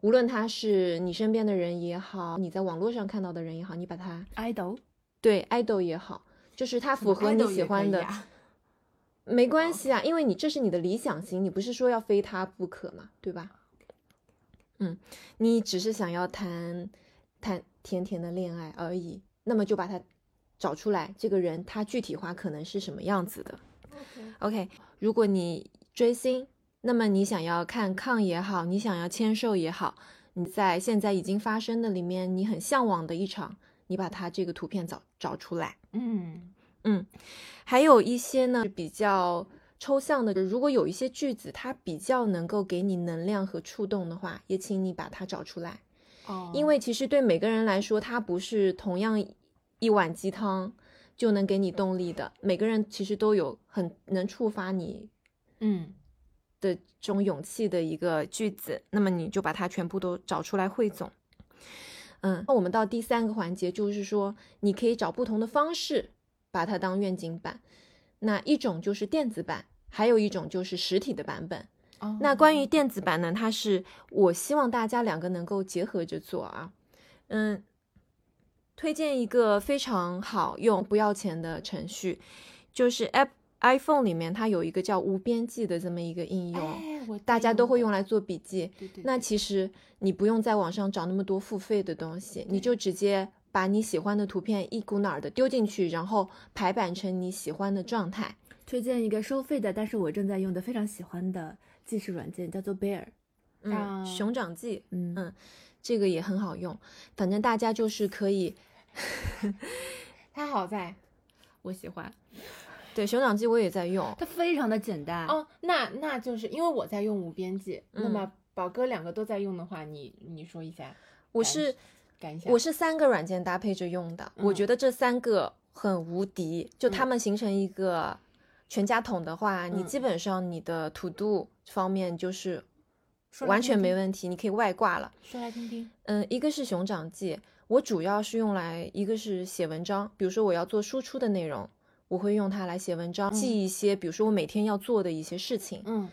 C: 无论他是你身边的人也好，你在网络上看到的人也好，你把他
A: idol
C: 对 idol 也好，就是他符合你喜欢
B: 啊
C: 的，没关系啊，因为你这是你的理想型，你不是说要非他不可嘛，对吧？嗯，你只是想要谈谈甜甜的恋爱而已，那么就把他找出来，这个人他具体化可能是什么样子的。OK，如果你追星，那么你想要看抗也好，你想要签售也好，你在现在已经发生的里面，你很向往的一场，你把它这个图片找找出来。
B: 嗯
C: 还有一些呢是比较抽象的，如果有一些句子它比较能够给你能量和触动的话，也请你把它找出来，
B: 哦，
C: 因为其实对每个人来说，它不是同样一碗鸡汤就能给你动力的，每个人其实都有很能触发你
B: 嗯
C: 的这种勇气的一个句子，那么你就把它全部都找出来汇总。嗯，那我们到第三个环节，就是说你可以找不同的方式把它当愿景版。那一种就是电子版，还有一种就是实体的版本。
B: 哦
C: 那关于电子版呢，它是我希望大家两个能够结合着做啊。嗯，推荐一个非常好用、不要钱的程序，就是 App iPhone 里面它有一个叫无边际的这么一个应用，
B: 哎我
C: 大家都会用
B: 来，
C: 来做笔记。
B: 对对，
C: 那其实你不用在网上找那么多付费的东西，你就直接把你喜欢的图片一股脑的丢进去，然后排版成你喜欢的状态。
A: 推荐一个收费的，但是我正在用的非常喜欢的计时软件，叫做 Bear。
C: 嗯，
B: 啊
C: 熊掌记
A: 嗯
C: 嗯这个也很好用，反正大家就是可以 [laughs]
B: 它好在
A: 我喜欢，
C: 对熊掌记我也在用，
A: 它非常的简
C: 啊
A: 单。
B: 哦，那那就是因为我在用无边际，那
C: 嗯
B: 么宝哥两个都在用的话，你你说一下
C: 我
B: 感
C: 是
B: 感想，
C: 我是三个软件搭配着用的，我
B: 嗯
C: 觉得这三个很无敌，就它
B: 嗯
C: 们形成一个全家桶的话，你
B: 嗯
C: 基本上你的 to do 方面就是
B: 说来
C: 完
B: 听
C: 全没
B: 听
C: 问题，你可以外挂了。
B: 说来听听。
C: 嗯，一个是熊掌记，我主要是用来，一个是写文章，比如说我要做输出的内容，我会用它来写文章，记一些，比如说我每天要做的一些事情。
B: 嗯，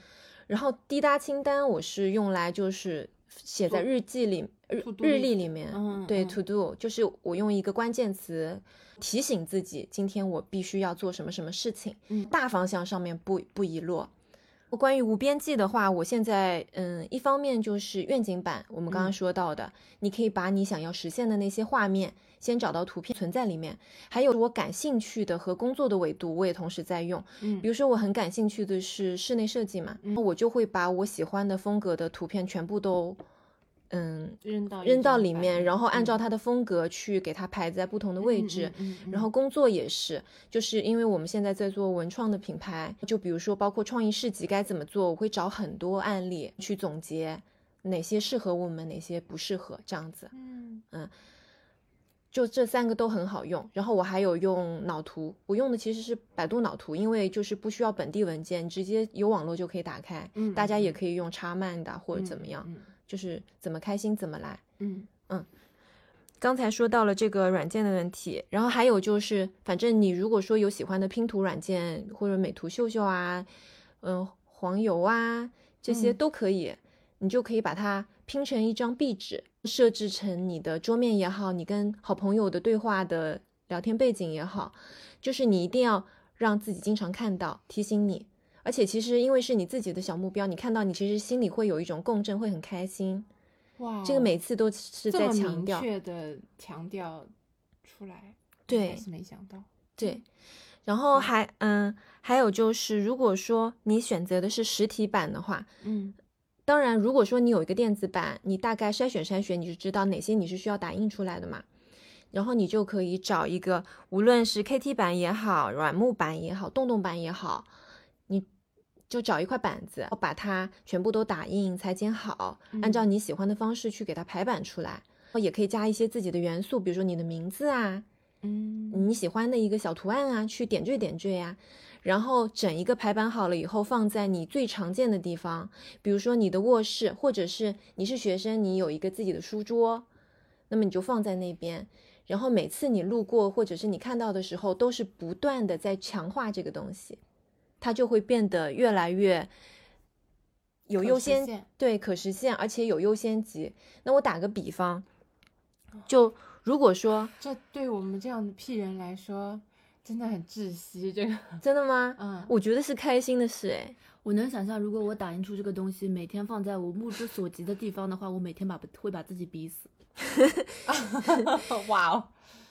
C: 然后滴答清单我是用来就是写在日记里、日
B: to do
C: 日历里面，
B: 嗯
C: 对
B: 嗯
C: ，to do 就是我用一个关键词提醒自己，今天我必须要做什么什么事情，
B: 嗯
C: 大方向上面不不遗落。关于无边际的话，我现在嗯，一方面就是愿景版，我们刚刚
B: 嗯
C: 说到的，你可以把你想要实现的那些画面先找到图片存在里面，还有我感兴趣的和工作的维度，我也同时在用。
B: 嗯
C: 比如说我很感兴趣的是室内设计嘛，
B: 嗯
C: 我就会把我喜欢的风格的图片全部都，嗯，
B: 扔到
C: 扔到里面，然后按照
B: 它
C: 它的风格去给它排在不同的位置。，
B: 嗯嗯嗯
C: 然后工作也是，就是因为我们现在在做文创的品牌，就比如说包括创意市集该怎么做，我会找很多案例去总结哪些适合我们，哪些不适合，这样子。
B: 嗯
C: 就这三个都很好用，然后我还有用脑图，我用的其实是百度脑图，因为就是不需要本地文件，直接有网络就可以打开，
B: 嗯
C: 大家也
B: 嗯
C: 可以用插漫的或者
B: 嗯
C: 怎么样，
B: 嗯
C: 就是怎么开心怎么来。
B: 嗯
C: 刚才说到了这个软件的问题，然后还有就是，反正你如果说有喜欢的拼图软件或者美图秀秀啊，嗯，黄油啊这些
B: 嗯
C: 都可以，你就可以把它拼成一张壁纸，设置成你的桌面也好，你跟好朋友的对话的聊天背景也好，就是你一定要让自己经常看到，提醒你。而且其实因为是你自己的小目标，你看到你其实心里会有一种共振，会很开心。
B: 哇哦，
C: 这个每次都是
B: 这
C: 在
B: 么
C: 强
B: 明
C: 调。
B: 确的强调出来，
C: 对
B: 我是没想到，
C: 对，然后还嗯，还有就是，如果说你选择的是实体版的话，
B: 嗯
C: 当然，如果说你有一个电子版，你大概筛选筛选，你就知道哪些你是需要打印出来的嘛。然后你就可以找一个，无论是 KT 版也好，软木板也好，洞洞板也好，你就找一块板子，把它全部都打印裁剪好，按照
B: 嗯
C: 你喜欢的方式去给它排版出来。也可以加一些自己的元素，比如说你的名字啊，
B: 嗯
C: 你喜欢的一个小图案啊，去点缀点缀呀、然后整一个排版好了以后，放在你最常见的地方，比如说你的卧室，或者是你是学生，你有一个自己的书桌，那么你就放在那边。然后每次你路过或者是你看到的时候，都是不断的在强化这个东西，它就会变得越来越有
B: 可
C: 优
B: 实
C: 先
B: 现
C: 对，可实现，而且有优先级。那我打个比方，
B: 哦
C: 就如果说
B: 这对我们这样的屁人来说真的很窒息，这个
C: 真的吗？
B: 嗯
C: 我觉得是开心的事哎，
A: 我能想象，如果我打印出这个东西，每天放在我目之所及的地方的话，我每天把会把自己逼死。
B: [laughs] 哇哦，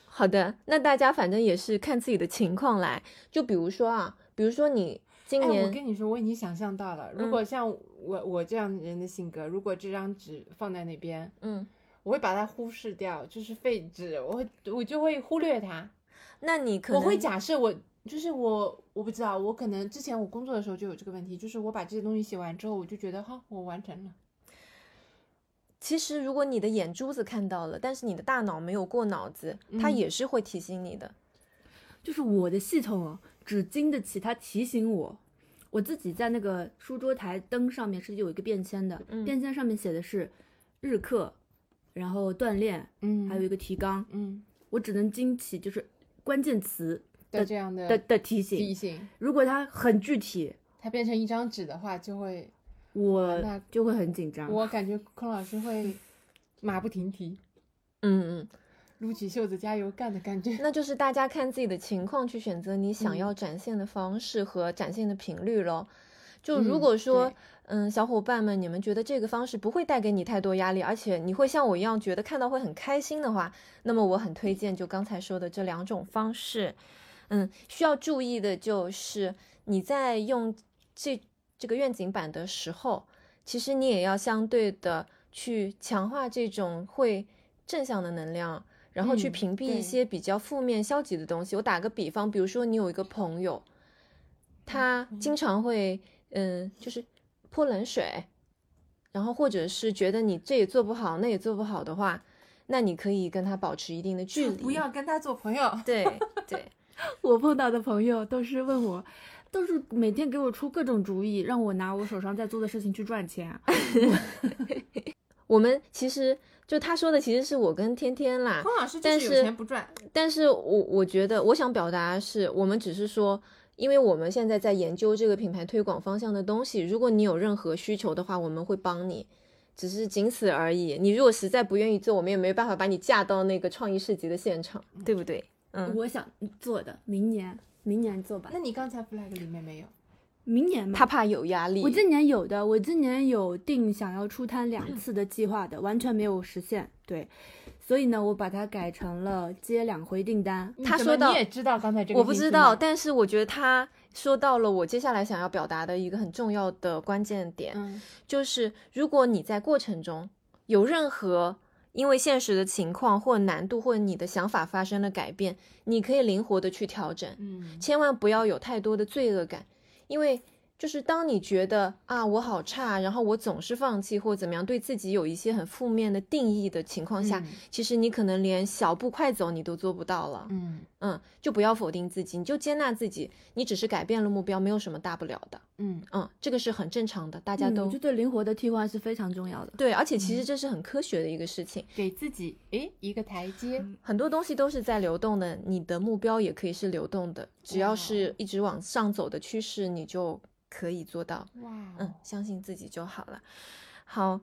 C: 好的，那大家反正也是看自己的情况来。就比如说啊，比如说你今
B: 哎，我
C: 年，
B: 跟你说，我已经想象到了，如
C: 嗯
B: 果像我我这样人的性格，如果这张纸放在那边，
C: 嗯，
B: 我会把它忽视掉，就是废纸，我会我就会忽略它。
C: 那你可
B: 我
C: 能
B: 会假设我就是我，我不知道，我可能之前我工作的时候就有这个问题，就是我把这些东西写完之后，我就觉得哈、我完成了。
C: 其实如果你的眼珠子看到了，但是你的大脑没有过脑子，它
B: 嗯
C: 也是会提醒你的。
A: 就是我的系统啊，只经得起它提醒我。我自己在那个书桌台灯上面是有一个便签的，
C: 嗯
A: 便签上面写的是日课，然后锻炼，
B: 嗯
A: 还有一个提纲。
B: 嗯
A: 我只能经起就是关键词
B: 的这样
A: 的
B: 的
A: 的提醒。
B: 提醒，
A: 如果它很具体，
B: 它变成一张纸的话，就会那
A: 我 [laughs] 就会很紧张。
B: 我感觉孔老师会马不停蹄，
C: 嗯嗯，
B: 撸起袖子加油干的感
C: [laughs]
B: 觉。
C: 那就是大家看自己的情况去选择你想
B: 嗯
C: 要展现的方式和展现的频率咯。就如
B: 嗯
C: 果说
B: 对，
C: 嗯，小伙伴们，你们觉得这个方式不会带给你太多压力，而且你会像我一样觉得看到会很开心的话，那么我很推荐就刚才说的这两种方式。嗯，需要注意的就是你在用这这个愿景版的时候，其实你也要相对的去强化这种会正向的能量，然后去
B: 嗯
C: 屏蔽
B: 对
C: 一些比较负面、消极的东西。我打个比方，比如说你有一个朋友，
B: 嗯
C: 他经常会嗯，就是泼冷水，然后或者是觉得你这也做不好，那也做不好的话，那你可以跟他保持一定的
B: [laughs]
C: 距离。 [laughs]
B: 不要跟他做朋友。
C: 对对，
A: 我碰到的朋友都是问我，都是每天给我出各种主意，让我拿我手上在做的事情去赚钱。啊
C: 我们其实就他说的，其实是我跟天天啦，
B: 孔老师就
C: 但
B: 是有
C: 是
B: 钱不赚，
C: 但是我我觉得我想表达的是，我们只是说，因为我们现在在研究这个品牌推广方向的东西，如果你有任何需求的话，我们会帮你，只是仅此而已。你如果实在不愿意做，我们也没办法把你架到那个创意市集的现场，对不对？嗯，
A: 我想做的，明年明年做吧
B: 那，你刚才 flag 里面没有？
A: 明年吧
C: 他。怕有压力
A: 我。今年有的，我今年有定想要出摊两次的计划的，完全没有实现。对，所以呢，我把它改成了接两回订单。
C: 他
B: 你怎么
C: 说到
B: 你也知道刚才这个，
C: 我不知道，。但是我觉得他说到了我接下来想要表达的一个很重要的关键点，
B: 嗯，
C: 就是如果你在过程中有任何因为现实的情况或难度或你的想法发生了改变，你可以灵活的去调整，
B: 嗯，
C: 千万不要有太多的罪恶感，因为就是当你觉得啊我好差，然后我总是放弃或怎么样，对自己有一些很负面的定义的情况下，
B: 嗯
C: 其实你可能连小步快走你都做不到了，
B: 嗯
C: 嗯，就不要否定自己，你就接纳自己，你只是改变了目标，没有什么大不了的，
B: 嗯，
C: 嗯，这个是很正常的，大家
A: 嗯
C: 都、
A: 我觉得灵活的替换是非常重要的。
C: 对，而且其
B: 嗯
C: 实这是很科学的一个事情，
B: 给自己诶一个台阶，
C: 很多东西都是在流动的，你的目标也可以是流动的，只要
B: 哦
C: 是一直往上走的趋势，你就可以做到。
B: 哇哦，
C: 嗯，相信自己就好了。好，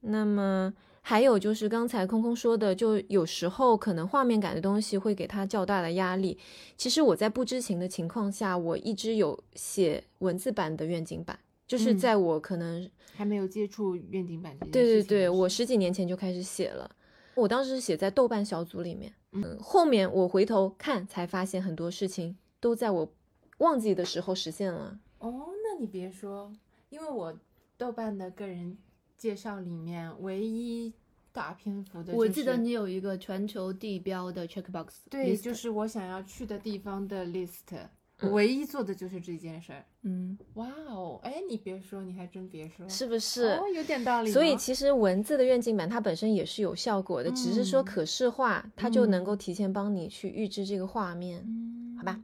C: 那么还有就是刚才空空说的，就有时候可能画面感的东西会给他较大的压力。其实我在不知情的情况下，我一直有写文字版的愿景版，就是
B: 嗯
C: 在我可能
B: 还没有接触愿景版这件
C: 对
B: 事
C: 对
B: 情
C: 对，
B: 的
C: 我
B: 时
C: 十几年前就开始写了，我当时写在豆瓣小组里面，嗯，后面我回头看才发现很多事情都在我忘记的时候实现了。
B: 候哦，那你别说，因为我豆瓣的个人介绍里面唯一大篇幅的、
A: 我记得。你有一个全球地标的 checkbox，
B: 对，
A: list
B: 就是我想要去的地方的 list，、
C: 嗯
B: 唯一做的就是这件事儿。
A: 嗯，
B: 哇哦，哎，你别说，你还真别说，
C: 是不是？
B: 哦，有点道理哦。
C: 所以其实文字的愿景版它本身也是有效果的，只是说
B: 嗯
C: 可视化，它就能
B: 嗯
C: 够提前帮你去预知这个画面。
B: 嗯，
C: 好吧，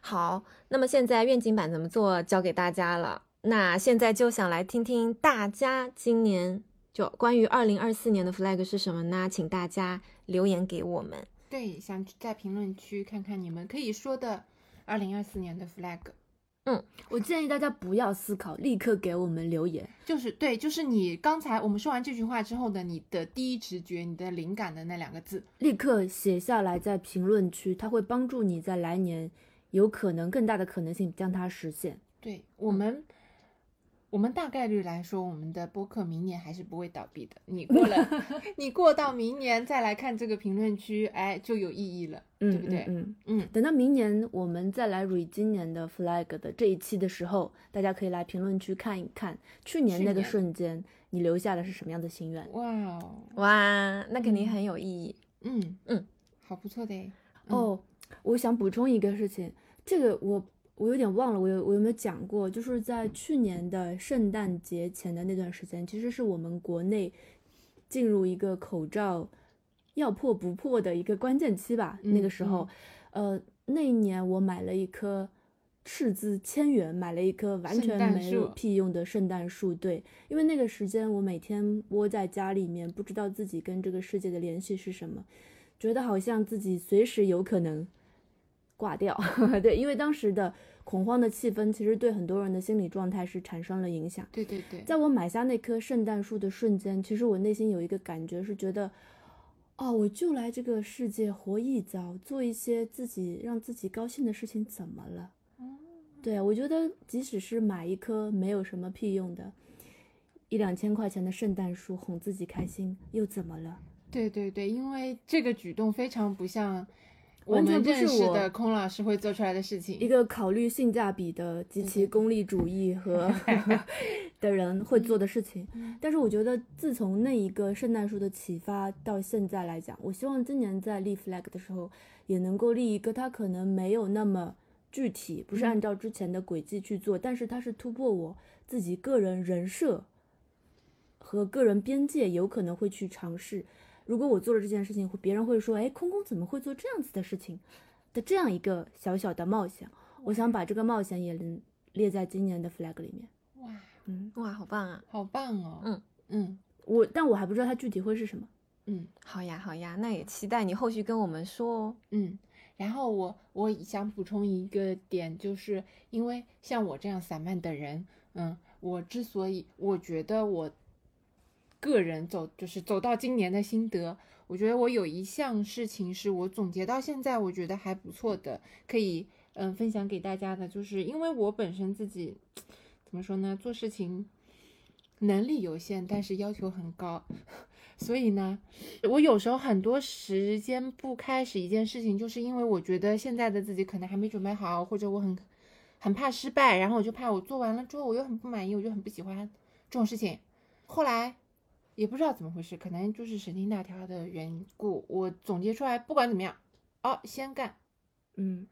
C: 好，那么现在愿景版怎么做交给大家了。那现在就想来听听大家今年就关于二零二四年的 flag 是什么呢？请大家留言给我们。
B: 对，想在评论区看看你们可以说的二零二四年的 flag，
A: 我建议大家不要思考，立刻给我们留言。
B: 就是对，就是你刚才我们说完这句话之后的你的第一直觉、你的灵感的那两个字。
A: 立刻写下来，在评论区，它会帮助你在来年有可能更大的可能性将它实现。
B: 对我们，我们大概率来说，我们的播客明年还是不会倒闭的。你
A: [laughs]
B: 过了，你过到明年再来看这个评论区，哎，就有意义了，
A: 嗯，
B: 对不对？
A: 嗯，
B: 嗯
A: 嗯等到明年我们再来 re 今年的 flag 的这一期的时候，大家可以来评论区看一看，去年
B: 去
A: 那个
B: 年
A: 瞬间你留下的是什么样的心愿。
B: 哇哦，
C: 哇，那肯定很有意义。
B: 嗯
C: 嗯，
B: 好不错的诶，嗯
A: 哦，我想补充一个事情，这个我我有点忘了，我有我有没有讲过？就是在去年的圣诞节前的那段时间，其实是我们国内进入一个口罩要破不破的一个关键期吧。那个
B: 嗯
A: 时候，呃，那一年我买了一棵。斥资千元买了一棵完
B: 圣
A: 全
B: 诞
A: 没有
B: 树
A: 屁用的圣诞树，对，因为那个时间我每天窝在家里面，不知道自己跟这个世界的联系是什么，觉得好像自己随时有可能挂掉。 [laughs] 对，因为当时的恐慌的气氛，其实对很多人的心理状态是产生了影响。
B: 对对对，
A: 在我买下那棵圣诞树的瞬间，其实我内心有一个感觉是觉得，哦，我就来这个世界活一遭，做一些自己让自己高兴的事情，怎么了？对啊，我觉得即使是买一棵没有什么屁用的，一两千块钱的圣诞树哄自己开心又怎么了？
B: 对对对，因为这个举动非常不像我
A: 完全
B: 们
A: 不
B: 认
A: 是
B: 识
A: 我
B: 的空老师会做出来的事
A: 一
B: 情。
A: 个考虑性价比的极
B: 对
A: 其功利主义
B: [laughs]
A: 和 [laughs] 的人会做的事情
B: 嗯。
A: 但是我觉得，自从那一个圣诞树的启发到现在来讲，我希望今年在立 flag 的时候，也能够立一个它可能没有那么具体，不是
B: 嗯
A: 按照之前的轨迹去做，但是它是突破我自己个人人设和个人边界，有可能会去尝试。如果我做了这件事情，会别人会说：“哎，空空怎么会做这样子的事情？”的这样一个小小的冒险，我想把这个冒险也列列在今年的 flag 里面。
B: 哇，
A: 嗯，
C: 哇，好棒啊！
B: 好棒哦！
C: 嗯
B: 嗯
A: 我但我还不知道它具体会是什么。
B: 嗯
C: 好呀，好呀，那也期待你后续跟我们说哦。
B: 嗯。然后我我想补充一个点，就是因为像我这样散漫的人，嗯，我之所以我觉得我个人走就是走到今年的心得，我觉得我有一项事情是我总结到现在，我觉得还不错的，可以嗯分享给大家的，就是因为我本身自己怎么说呢，做事情能力有限，但是要求很高， [laughs] 所以呢，我有时候很多时间不开始一件事情，就是因为我觉得现在的自己可能还没准备好，或者我很很怕失败，然后我就怕我做完了之后我又很不满意，我就很不喜欢这种事情。后来也不知道怎么回事，可能就是神经大条的缘故，我总结出来，不管怎么样，哦，先干，
A: 嗯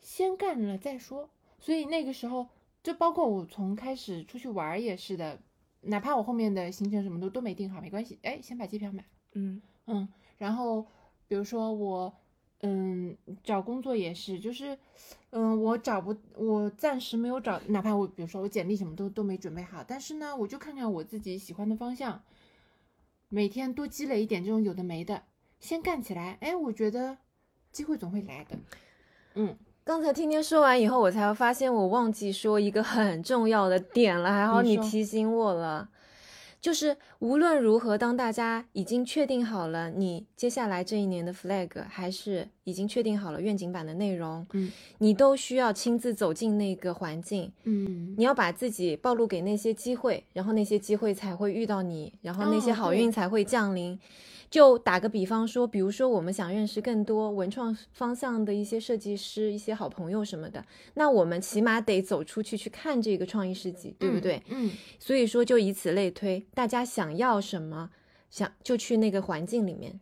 B: 先干了再说。所以那个时候，就包括我从开始出去玩儿也是的，哪怕我后面的行程什么的都没定好，没关系，哎，先把机票买了。
A: 嗯
B: 嗯，然后比如说我，嗯，找工作也是，就是，嗯，我找不，我暂时没有找，哪怕我比如说我简历什么都都没准备好，但是呢，我就看看我自己喜欢的方向，每天多积累一点这种有的没的，先干起来，哎，我觉得机会总会来的。嗯，
C: 刚才天天说完以后，我才发现我忘记说一个很重要的点了，还好
B: 你
C: 你
B: 说
C: 提醒我了。就是无论如何，当大家已经确定好了你接下来这一年的 flag，还是已经确定好了愿景版的内容，
B: 嗯，
C: 你都需要亲自走进那个环境，
B: 嗯，
C: 你要把自己暴露给那些机会，然后那些机会才会遇到你，然后那些
B: 哦
C: 好
B: 对
C: 运才会降临。就打个比方说，比如说我们想认识更多文创方向的一些设计师、一些好朋友什么的，那我们起码得走出去去看这个创意市集，对不对？
B: 嗯？嗯，
C: 所以说，就以此类推，大家想要什么，想就去那个环境里面。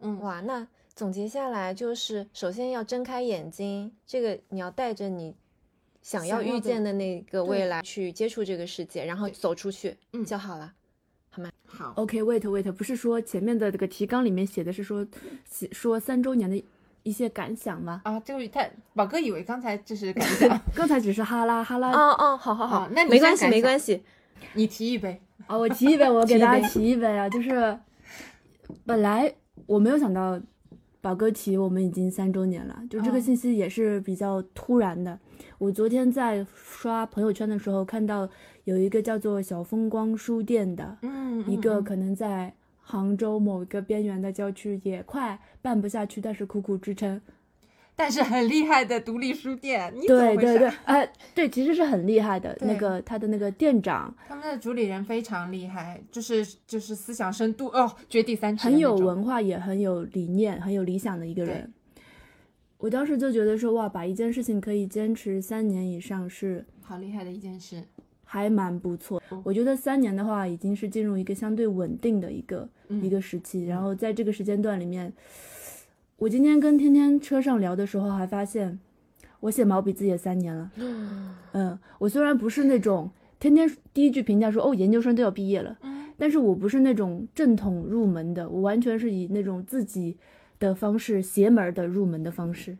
B: 嗯，
C: 哇，那总结下来就是，首先要睁开眼睛，这个你要带着你想要
B: 想要
C: 遇
B: 的
C: 见的那个未
B: 对
C: 来去接触这个世界，然后走出去
B: 嗯
C: 就好了。
B: 好，
A: ，OK，wait、wait，不是说前面的这个提纲里面写的是说写说三周年的一些感想吗？
B: 啊，这个他宝哥以为刚才这是感
A: [laughs]
B: 想，
A: 刚才只是哈拉哈拉
C: 哦哦，好好好
B: 啊好，那你
C: 没
B: 先
C: 关系
B: 感
C: 没
B: 想
C: 关系。
B: 你提一杯，
A: 啊，我提一杯，我
B: 提
A: 给
B: 一
A: 大
B: 杯
A: 家提一杯啊，就是本来我没有想到宝哥提我们已经三周年了，就这个
B: 嗯
A: 信息也是比较突然的。我昨天在刷朋友圈的时候，看到有一个叫做小风光书店的，
B: 嗯
A: 一个
B: 嗯
A: 可能在杭州某一个边缘的郊区也快办不下去，但是苦苦支撑，
B: 但是很厉害的独立书店，你怎么
A: 对
B: 回事
A: 对对，哎、对，其实是很厉害的。那
B: 对
A: 个他的那个店长
B: 他们的主理人非常厉害，就是就是思想深度哦，掘地三尺的
A: 很
B: 那
A: 有
B: 种，
A: 文化，也很有理念，很有理想的一个
B: 对
A: 人。我当时就觉得说，哇，把一件事情可以坚持三年以上是
B: 好厉害的一件事。
A: 还蛮不错
B: 嗯。
A: 我觉得三年的话，已经是进入一个相对稳定的一个、
B: 嗯
A: 一个时期。然后在这个时间段里面，我今天跟天天车上聊的时候，还发现我写毛笔字也三年了。嗯，我虽然不是那种天天第一句评价说哦研究生都要毕业了，
B: 嗯
A: 但是我不是那种正统入门的，我完全是以那种自己的方式邪门儿的入门的方式，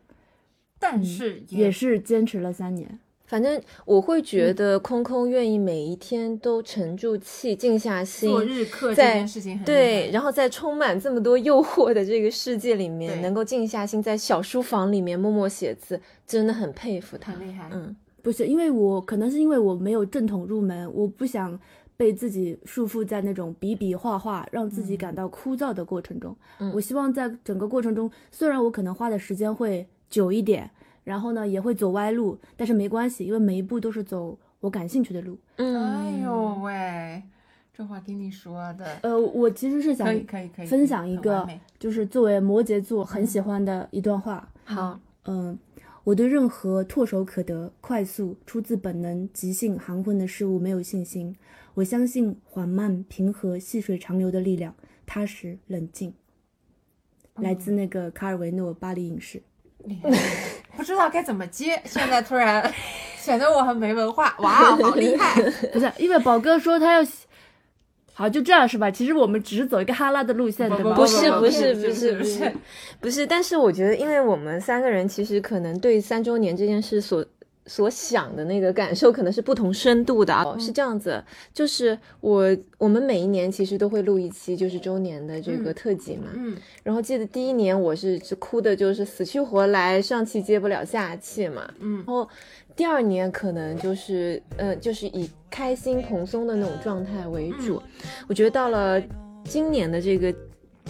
B: 但是
A: 嗯
B: 也
A: 也是坚持了三年。
C: 反正我会
B: 嗯
C: 觉得空空愿意每一天都沉住气、静下心，
B: 做日课这
C: 在
B: 件事情很厉害
C: 对，然后在充满这么多诱惑的这个世界里面，
B: 对
C: 能够静下心在小书房里面默默写字，真的很佩服他。
B: 很厉害。
C: 嗯，
A: 不是，因为我可能是因为我没有正统入门，我不想被自己束缚在那种比比画画，让自己
B: 嗯
A: 感到枯燥的过程中。
C: 嗯
A: 我希望在整个过程中，虽然我可能花的时间会久一点，然后呢也会走歪路，但是没关系，因为每一步都是走我感兴趣的路。
C: 嗯，
B: 哎呦喂，这话跟你说的，
A: 呃，我其实是想
B: 可以可以可以，
A: 分享一
B: 很
A: 个
B: 完美
A: 就是作为摩羯座很喜欢的一段话，
C: 好，
A: 嗯，我对任何唾手可得、快速、出自本能、即兴、含混的事物没有信心。我相信缓慢、平和、细水长流的力量，踏实、冷静。来自那个卡尔维诺巴黎影视，
B: 厉害不知道该怎么接，现在突然显得我很没文化，哇，哦
A: [laughs]
B: 好厉害！
A: 不是因为宝哥说他要写，好就这样是吧？其实我们只是走一个哈拉的路线，对吧？
C: 不是
B: 不
C: 不是
B: 不
C: 不
B: 是
C: 是
B: 不
C: 不
B: 是
C: 是不是，但是我觉得，因为我们三个人其实可能对三周年这件事所所想的那个感受可能是不同深度的啊，
B: 嗯
C: 是这样子，就是我我们每一年其实都会录一期就是周年的这个
B: 嗯
C: 特辑嘛，
B: 嗯
C: 然后记得第一年我是是哭的就是死去活来，上气接不了下气嘛，
B: 嗯
C: 然后第二年可能就是，呃，就是以开心蓬松的那种状态为主。我觉得到了今年的这个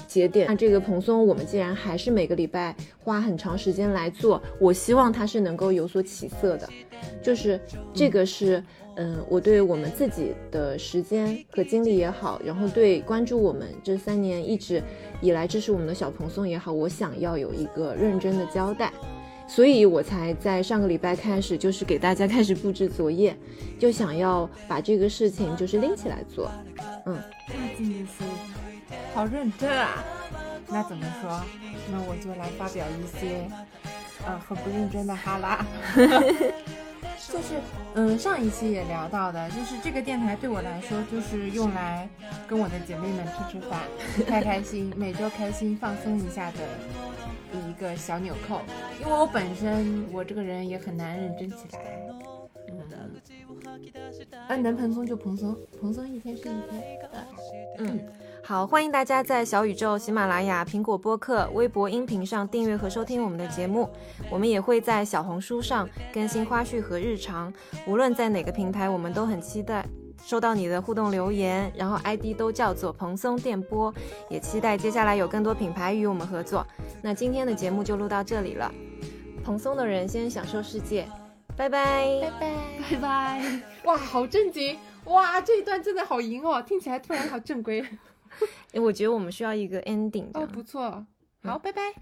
C: 节点，那这个蓬松我们既然还是每个礼拜花很长时间来做，我希望它是能够有所起色的。就是这个是，嗯、我对我们自己的时间和精力也好，然后对关注我们这三年一直以来支持我们的小蓬松也好，我想要有一个认真的交代。所以我才在上个礼拜开始，就是给大家开始布置作业，就想要把这个事情就是拎起来做。
B: 那今年是好认真啊！那怎么说？那我就来发表一些，呃，很不认真的哈拉。就是，嗯，上一期也聊到的，就是这个电台对我来说，就是用来跟我的姐妹们吃吃饭，开开心，每周开心放松一下的一个小纽扣。因为我本身我这个人也很难认真起来，嗯，啊，能蓬松就蓬松，蓬松一天是一天。
C: 嗯，好，欢迎大家在小宇宙、喜马拉雅、苹果播客、微博音频上订阅和收听我们的节目。我们也会在小红书上更新花絮和日常，无论在哪个平台，我们都很期待。收到你的互动留言，然后 ID 都叫做蓬松电波，也期待接下来有更多品牌与我们合作。那今天的节目就录到这里了，蓬松的人先享受世界，拜拜。
A: 拜拜。
B: 哇，好正经！哇，这一段真的好赢哦，听起来突然好正规
C: 我觉得我们需要一个 ending 这
B: 哦，
C: 样
B: 不错。好，拜拜。